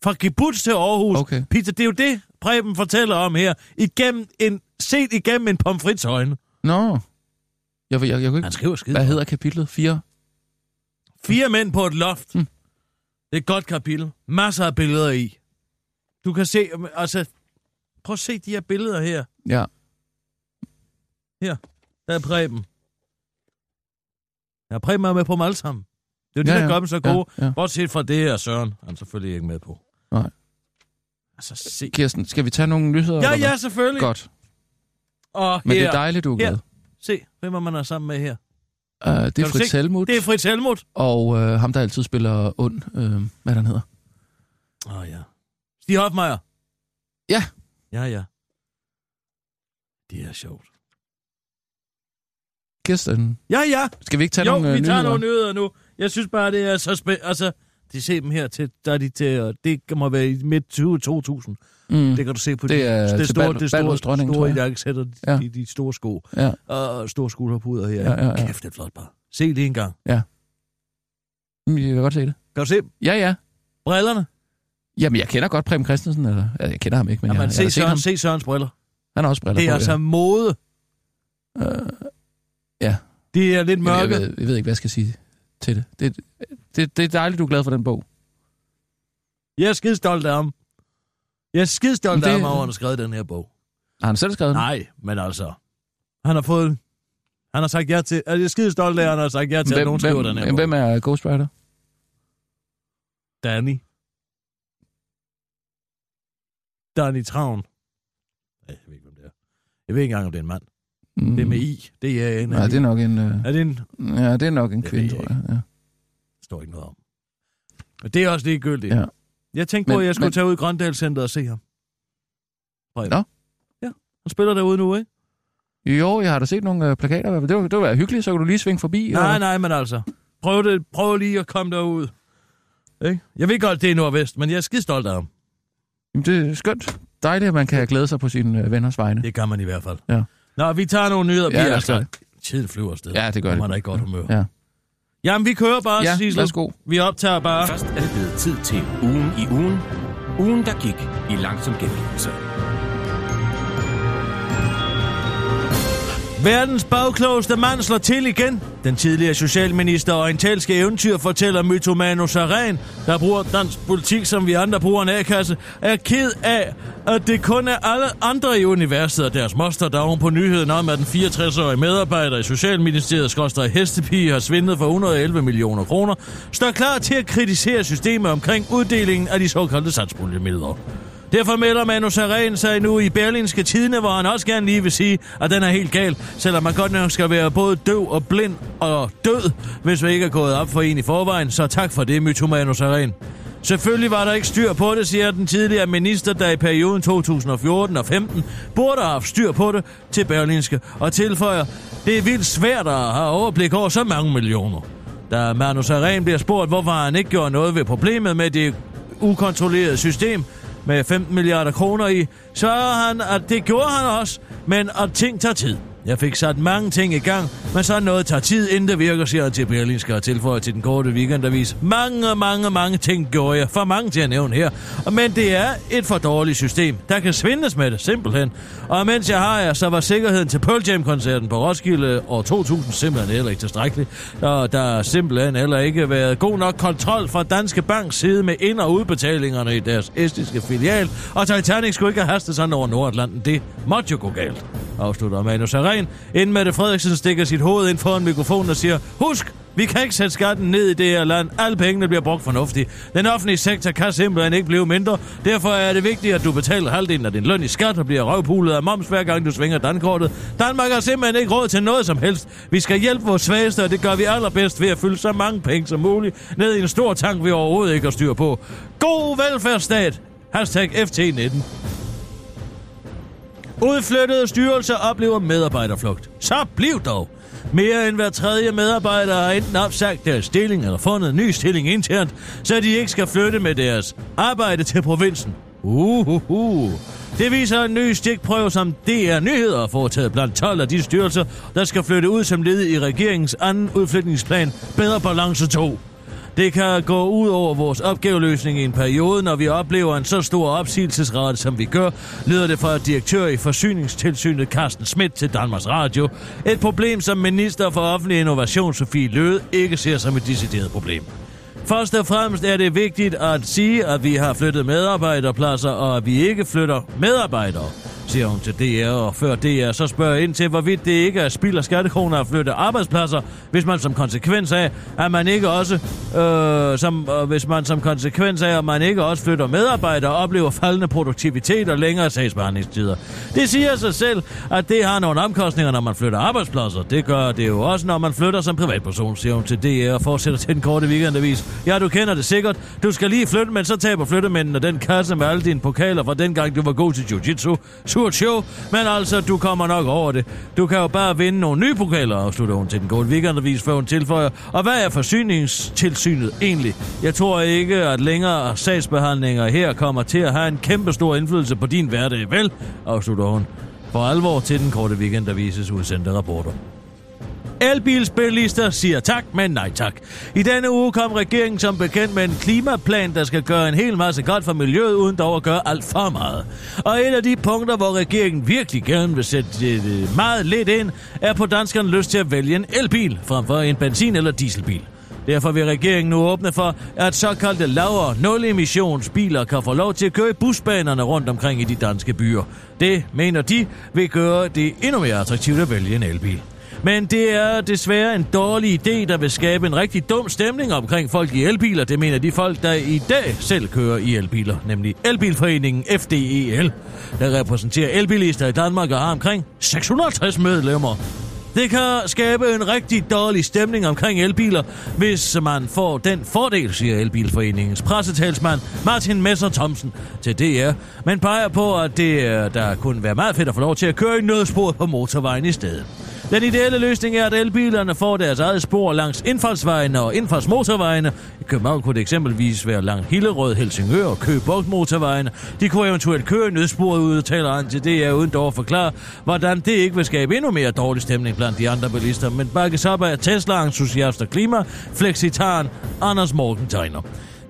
Speaker 4: Fra kibbutz til Aarhus. Okay.
Speaker 6: Okay.
Speaker 4: Peter, det er jo det, Preben fortæller om her. Igennem en, set igennem en pomfrits øjne.
Speaker 6: Nå. Jeg, jeg, jeg, jeg
Speaker 4: Han
Speaker 6: kunne ikke...
Speaker 4: skriver skide.
Speaker 6: Hvad hedder kapitlet? 4?
Speaker 4: Fire mænd på et loft.
Speaker 6: Hmm.
Speaker 4: Hmm. Det er et godt kapitel. Masser af billeder i. Du kan se, altså, prøv at se de her billeder her.
Speaker 6: Ja.
Speaker 4: Der er Preben. Ja, Preben er med på dem alle sammen. Det er jo det,
Speaker 6: Ja,
Speaker 4: ja, der
Speaker 6: ja.
Speaker 4: gør dem så gode.
Speaker 6: Ja, ja.
Speaker 4: Bortset fra det her, Søren. Han er selvfølgelig ikke med på.
Speaker 6: Nej.
Speaker 4: Altså, se.
Speaker 6: Kirsten, skal vi tage nogle nyheder?
Speaker 4: Ja,
Speaker 6: eller
Speaker 4: ja,
Speaker 6: hvad?
Speaker 4: selvfølgelig.
Speaker 6: Godt.
Speaker 4: Og
Speaker 6: Men
Speaker 4: her,
Speaker 6: det er dejligt, du er
Speaker 4: Her.
Speaker 6: glad.
Speaker 4: se, hvem er man er sammen med her?
Speaker 6: Uh, det
Speaker 4: Kan
Speaker 6: er
Speaker 4: du
Speaker 6: Fritz
Speaker 4: se?
Speaker 6: Helmut,
Speaker 4: Det er Fritz Helmut.
Speaker 6: og uh, ham, der altid spiller ond. Uh, hvad er han hedder?
Speaker 4: Åh, oh, ja. Stig Hofmeier.
Speaker 6: Ja.
Speaker 4: Ja, ja. Det er sjovt.
Speaker 6: Kirsten,
Speaker 4: Ja, ja.
Speaker 6: skal vi ikke tage
Speaker 4: jo,
Speaker 6: nogle øh,
Speaker 4: vi tager
Speaker 6: nyheder?
Speaker 4: nogle nyheder nu. Jeg synes bare, det er så spændt. Altså, de ser dem her til, der er de til, og det må være i midt 20 2000.
Speaker 6: Mm.
Speaker 4: Det kan du se på
Speaker 6: Det
Speaker 4: de-
Speaker 6: er til
Speaker 4: store,
Speaker 6: Bal-
Speaker 4: det store,
Speaker 6: Balderups dronning, tror
Speaker 4: store
Speaker 6: jeg.
Speaker 4: jakkesætter, de,
Speaker 6: Ja.
Speaker 4: ja. de, de, store sko
Speaker 6: Ja.
Speaker 4: og store skulderpuder her.
Speaker 6: Ja, ja, ja.
Speaker 4: Kæft, det er flot bare. Se det en gang.
Speaker 6: Mm, Jeg kan godt se det.
Speaker 4: Kan du se dem?
Speaker 6: Ja, ja.
Speaker 4: brillerne?
Speaker 6: Jamen, jeg kender godt Preben Christensen. Eller, altså, jeg kender ham ikke, men
Speaker 4: Ja,
Speaker 6: jeg,
Speaker 4: man,
Speaker 6: jeg, har
Speaker 4: se,
Speaker 6: da set
Speaker 4: Søren,
Speaker 6: ham.
Speaker 4: se Sørens briller.
Speaker 6: Han har også briller
Speaker 4: Det er
Speaker 6: på.
Speaker 4: altså mode.
Speaker 6: ja. Øh,
Speaker 4: Det er lidt mørke.
Speaker 6: Jamen, Jeg ved, jeg ved ikke, hvad jeg skal sige til det. Det, det. det er dejligt, du er glad for den bog.
Speaker 4: Jeg er skidestolt af ham. Jeg er skidestolt
Speaker 6: Men
Speaker 4: det...
Speaker 6: det-
Speaker 4: af ham, over at han har skrevet den her bog.
Speaker 6: Har han selv skrevet den?
Speaker 4: Nej, men altså... Han har fået... Han har sagt ja til... Altså, jeg er skidestolt af, at han har sagt ja til, at nogen skriver den her
Speaker 6: hvem,
Speaker 4: bog.
Speaker 6: hvem er Ghostwriter?
Speaker 4: Danny. Danny Travn. Nej, jeg ved ikke, hvem det er. Jeg ved ikke engang, om det er en mand.
Speaker 6: Mm.
Speaker 4: Det er med I. Det er en...
Speaker 6: Nej, det er nok en, øh,
Speaker 4: er det en...
Speaker 6: ja, det er nok en
Speaker 4: Det
Speaker 6: kvinde,
Speaker 4: ved jeg
Speaker 6: tror jeg. Ja.
Speaker 4: Det står ikke noget om. Men det er også ligegyldigt.
Speaker 6: Ja.
Speaker 4: Jeg tænkte på,
Speaker 6: Men-
Speaker 4: at jeg skulle
Speaker 6: men-
Speaker 4: men... tage ud i Grøndal Center og se ham. Preben.
Speaker 6: Nå.
Speaker 4: Ja, han spiller derude nu, ikke?
Speaker 6: Jo, jeg har da set nogle øh, plakater. i hvert fald. Det var, det var være hyggeligt, så kan du lige svinge forbi.
Speaker 4: Nej,
Speaker 6: og-
Speaker 4: nej, men altså. Prøv, det, prøv lige at komme derud. Ikke? Jeg ved godt, det er nordvest, men jeg er skidestolt af ham.
Speaker 6: Jamen, det er skønt. Dejligt, at man kan glæde sig på sine øh, venners vegne.
Speaker 4: Det kan man i hvert fald.
Speaker 6: Ja.
Speaker 4: Nå, vi tager nogle nyheder.
Speaker 6: Ja,
Speaker 4: vi
Speaker 6: lad
Speaker 4: er
Speaker 6: os gøre
Speaker 4: altså... Tiden flyver afsted.
Speaker 6: Ja, det gør
Speaker 4: Nu er
Speaker 6: det.
Speaker 4: Man er ikke godt humør.
Speaker 6: Ja.
Speaker 4: Jamen, vi kører bare,
Speaker 6: Ja,
Speaker 4: Sissel.
Speaker 6: værsgo.
Speaker 4: Vi optager bare.
Speaker 7: Først er det blevet tid til ugen i ugen. Ugen, der gik i langsom gengivelse.
Speaker 4: Verdens bagklogeste mand slår til igen. Den tidligere socialminister og orientalske eventyr fortæller mytomano Saren, der bruger dansk politik, som vi andre bruger en A-kasse, er ked af, at det kun er alle andre i universet og deres moster, der er oven på nyheden om, at den 64-årige medarbejder i Socialministeriet, Skorstræk Hestepige, har svindlet for 111 millioner kroner, står klar til at kritisere systemet omkring uddelingen af de såkaldte satspuljemidler. Derfor melder Manu Saren sig nu i Berlinske Tidene, hvor han også gerne lige vil sige, at den er helt gal, selvom man godt nok skal være både døv og blind og død, hvis vi ikke er gået op for en i forvejen. Så tak for det, Mytomano Saren. Selvfølgelig var der ikke styr på det, siger den tidligere minister, der i perioden 2014 og 15 burde have haft styr på det til Berlinske, og tilføjer, det er vildt svært at have overblik over så mange millioner. Da Magnus Arén bliver spurgt, hvorfor han ikke gjorde noget ved problemet med det ukontrollerede system med 15 milliarder kroner i, svarer han, at det gjorde han også, men at ting tager tid. Jeg fik sat mange ting i gang, men sådan noget tager tid, inden det virker, siger han til Berlinske og tilføjer til den korte weekendavis. Mange, mange, mange ting gjorde jeg. For mange til at nævne her. Men det er et for dårligt system. Der kan svindles med det, simpelthen. Og mens jeg har jer, så var sikkerheden til Pearl Jam-koncerten på Roskilde år 2000 simpelthen heller ikke tilstrækkelig. Og der har simpelthen heller ikke været god nok kontrol fra Danske Banks side med ind- og udbetalingerne i deres estiske filial. Og Titanic skulle ikke have hastet sådan over Nordatlanten. Det måtte jo gå galt, afslutter Manus Arén, inden Mette Frederiksen stikker sit hoved ind foran mikrofonen og siger, husk, vi kan ikke sætte skatten ned i det her land. Alle pengene bliver brugt fornuftigt. Den offentlige sektor kan simpelthen ikke blive mindre. Derfor er det vigtigt, at du betaler halvdelen af din løn i skat og bliver røvpulet af moms, hver gang du svinger dankortet. Danmark har simpelthen ikke råd til noget som helst. Vi skal hjælpe vores svageste, og det gør vi allerbedst ved at fylde så mange penge som muligt ned i en stor tank, vi overhovedet ikke har styr på. God velfærdsstat! Hashtag FT19. Udflyttede styrelser oplever medarbejderflugt. Så bliv dog! Mere end hver tredje medarbejder har enten opsagt deres stilling eller fundet en ny stilling internt, så de ikke skal flytte med deres arbejde til provinsen. Uhuhu. Det viser en ny stikprøve, som DR Nyheder har foretaget blandt 12 af de styrelser, der skal flytte ud som led i regeringens anden udflytningsplan Bedre Balance 2. Det kan gå ud over vores opgaveløsning i en periode, når vi oplever en så stor opsigelsesrate, som vi gør, lyder det fra direktør i Forsyningstilsynet Carsten Schmidt til Danmarks Radio. Et problem, som minister for offentlig innovation Sofie Løde ikke ser som et decideret problem. Først og fremmest er det vigtigt at sige, at vi har flyttet medarbejderpladser, og at vi ikke flytter medarbejdere, siger hun til DR, og før DR så spørger jeg ind til, hvorvidt det ikke er spild af skattekroner at flytte arbejdspladser, hvis man som konsekvens af, at man ikke også, øh, som, øh, hvis man som konsekvens af, at man ikke også flytter medarbejdere, oplever faldende produktivitet og længere sagsbehandlingstider. Det siger sig selv, at det har nogle omkostninger, når man flytter arbejdspladser. Det gør det jo også, når man flytter som privatperson, siger hun til DR og fortsætter til den korte weekendavis. Ja, du kender det sikkert. Du skal lige flytte, men så taber flyttemændene den kasse med alle dine pokaler fra dengang, du var god til jiu-jitsu. Surt show, men altså, du kommer nok over det. Du kan jo bare vinde nogle nye pokaler, afslutter hun til den korte weekendavis, før hun tilføjer. Og hvad er forsyningstilsynet egentlig? Jeg tror ikke, at længere sagsbehandlinger her kommer til at have en kæmpe stor indflydelse på din hverdag, vel? afslutter hun. For alvor til den korte weekendavises udsendte rapporter. Elbilsbilister siger tak, men nej tak. I denne uge kom regeringen som bekendt med en klimaplan, der skal gøre en hel masse godt for miljøet, uden dog at gøre alt for meget. Og et af de punkter, hvor regeringen virkelig gerne vil sætte øh, meget lidt ind, er på danskeren lyst til at vælge en elbil, frem for en benzin- eller dieselbil. Derfor vil regeringen nu åbne for, at såkaldte lavere nul-emissionsbiler kan få lov til at køre i busbanerne rundt omkring i de danske byer. Det, mener de, vil gøre det endnu mere attraktivt at vælge en elbil. Men det er desværre en dårlig idé, der vil skabe en rigtig dum stemning omkring folk i elbiler. Det mener de folk, der i dag selv kører i elbiler, nemlig Elbilforeningen FDEL, der repræsenterer elbilister i Danmark og har omkring 660 medlemmer. Det kan skabe en rigtig dårlig stemning omkring elbiler, hvis man får den fordel, siger Elbilforeningens pressetalsmand Martin Messer Thomsen til DR, men peger på, at det øh, der kunne være meget fedt at få lov til at køre i nødsporet på motorvejen i stedet. Den ideelle løsning er, at elbilerne får deres eget spor langs indfaldsvejene og indfaldsmotorvejene. I København kunne det eksempelvis være langs Hillerød, Helsingør og Køge Bugt motorvejene. De kunne eventuelt køre i nødsporet, udtaler han til DR, uden dog at forklare, hvordan det ikke vil skabe endnu mere dårlig stemning blandt de andre bilister, men bakkes op af Tesla-entusiaster klima, flexitaren Anders Morgenthaler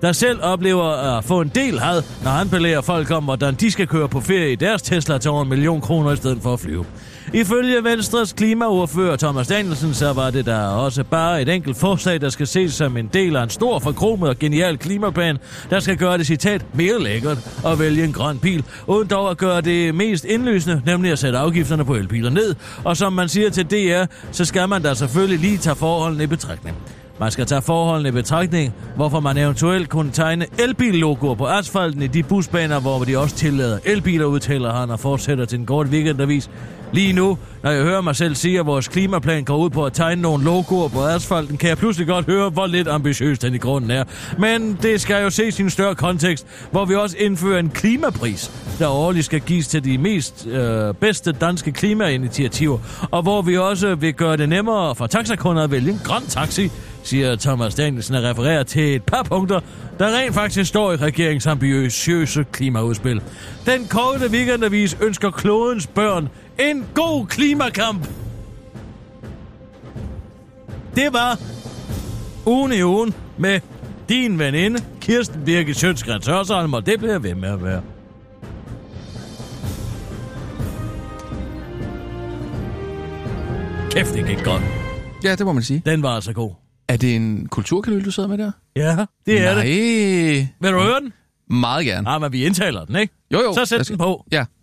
Speaker 4: der selv oplever at få en del had, når han belærer folk om, hvordan de skal køre på ferie i deres Tesla til over en million kroner i stedet for at flyve. Ifølge Venstres klimaordfører Thomas Danielsen, så var det der også bare et enkelt forslag, der skal ses som en del af en stor, forkromet og genial klimaplan, der skal gøre det, citat, mere lækkert at vælge en grøn bil, uden dog at gøre det mest indlysende, nemlig at sætte afgifterne på elbiler ned. Og som man siger til DR, så skal man da selvfølgelig lige tage forholdene i betragtning. Man skal tage forholdene i betragtning, hvorfor man eventuelt kunne tegne elbillogoer på asfalten i de busbaner, hvor de også tillader elbiler, udtaler han og fortsætter til en kort weekendavis. Lige nu, når jeg hører mig selv sige, at vores klimaplan går ud på at tegne nogle logoer på asfalten, kan jeg pludselig godt høre, hvor lidt ambitiøs den i grunden er. Men det skal jo ses i en større kontekst, hvor vi også indfører en klimapris, der årligt skal gives til de mest øh, bedste danske klimainitiativer, og hvor vi også vil gøre det nemmere for taxakunder at vælge en grøn taxi, siger Thomas Danielsen og refererer til et par punkter, der rent faktisk står i regeringens ambitiøse klimaudspil. Den korte weekendavis ønsker klodens børn en god klimakamp. Det var ugen i ugen med din veninde, Kirsten Birke Sjøtskrets Hørsholm, og det bliver jeg ved med at være. Kæft, det gik godt.
Speaker 6: Ja, det må man sige.
Speaker 4: Den var altså god.
Speaker 6: Er det en kulturkanal, du sidder med der?
Speaker 4: Ja, det er
Speaker 6: Nej.
Speaker 4: det. Vil du høre den?
Speaker 6: Meget gerne.
Speaker 4: Nej, men vi indtaler den, ikke?
Speaker 6: Jo, jo.
Speaker 4: Så sæt
Speaker 6: Jeg
Speaker 4: den på.
Speaker 6: Ja,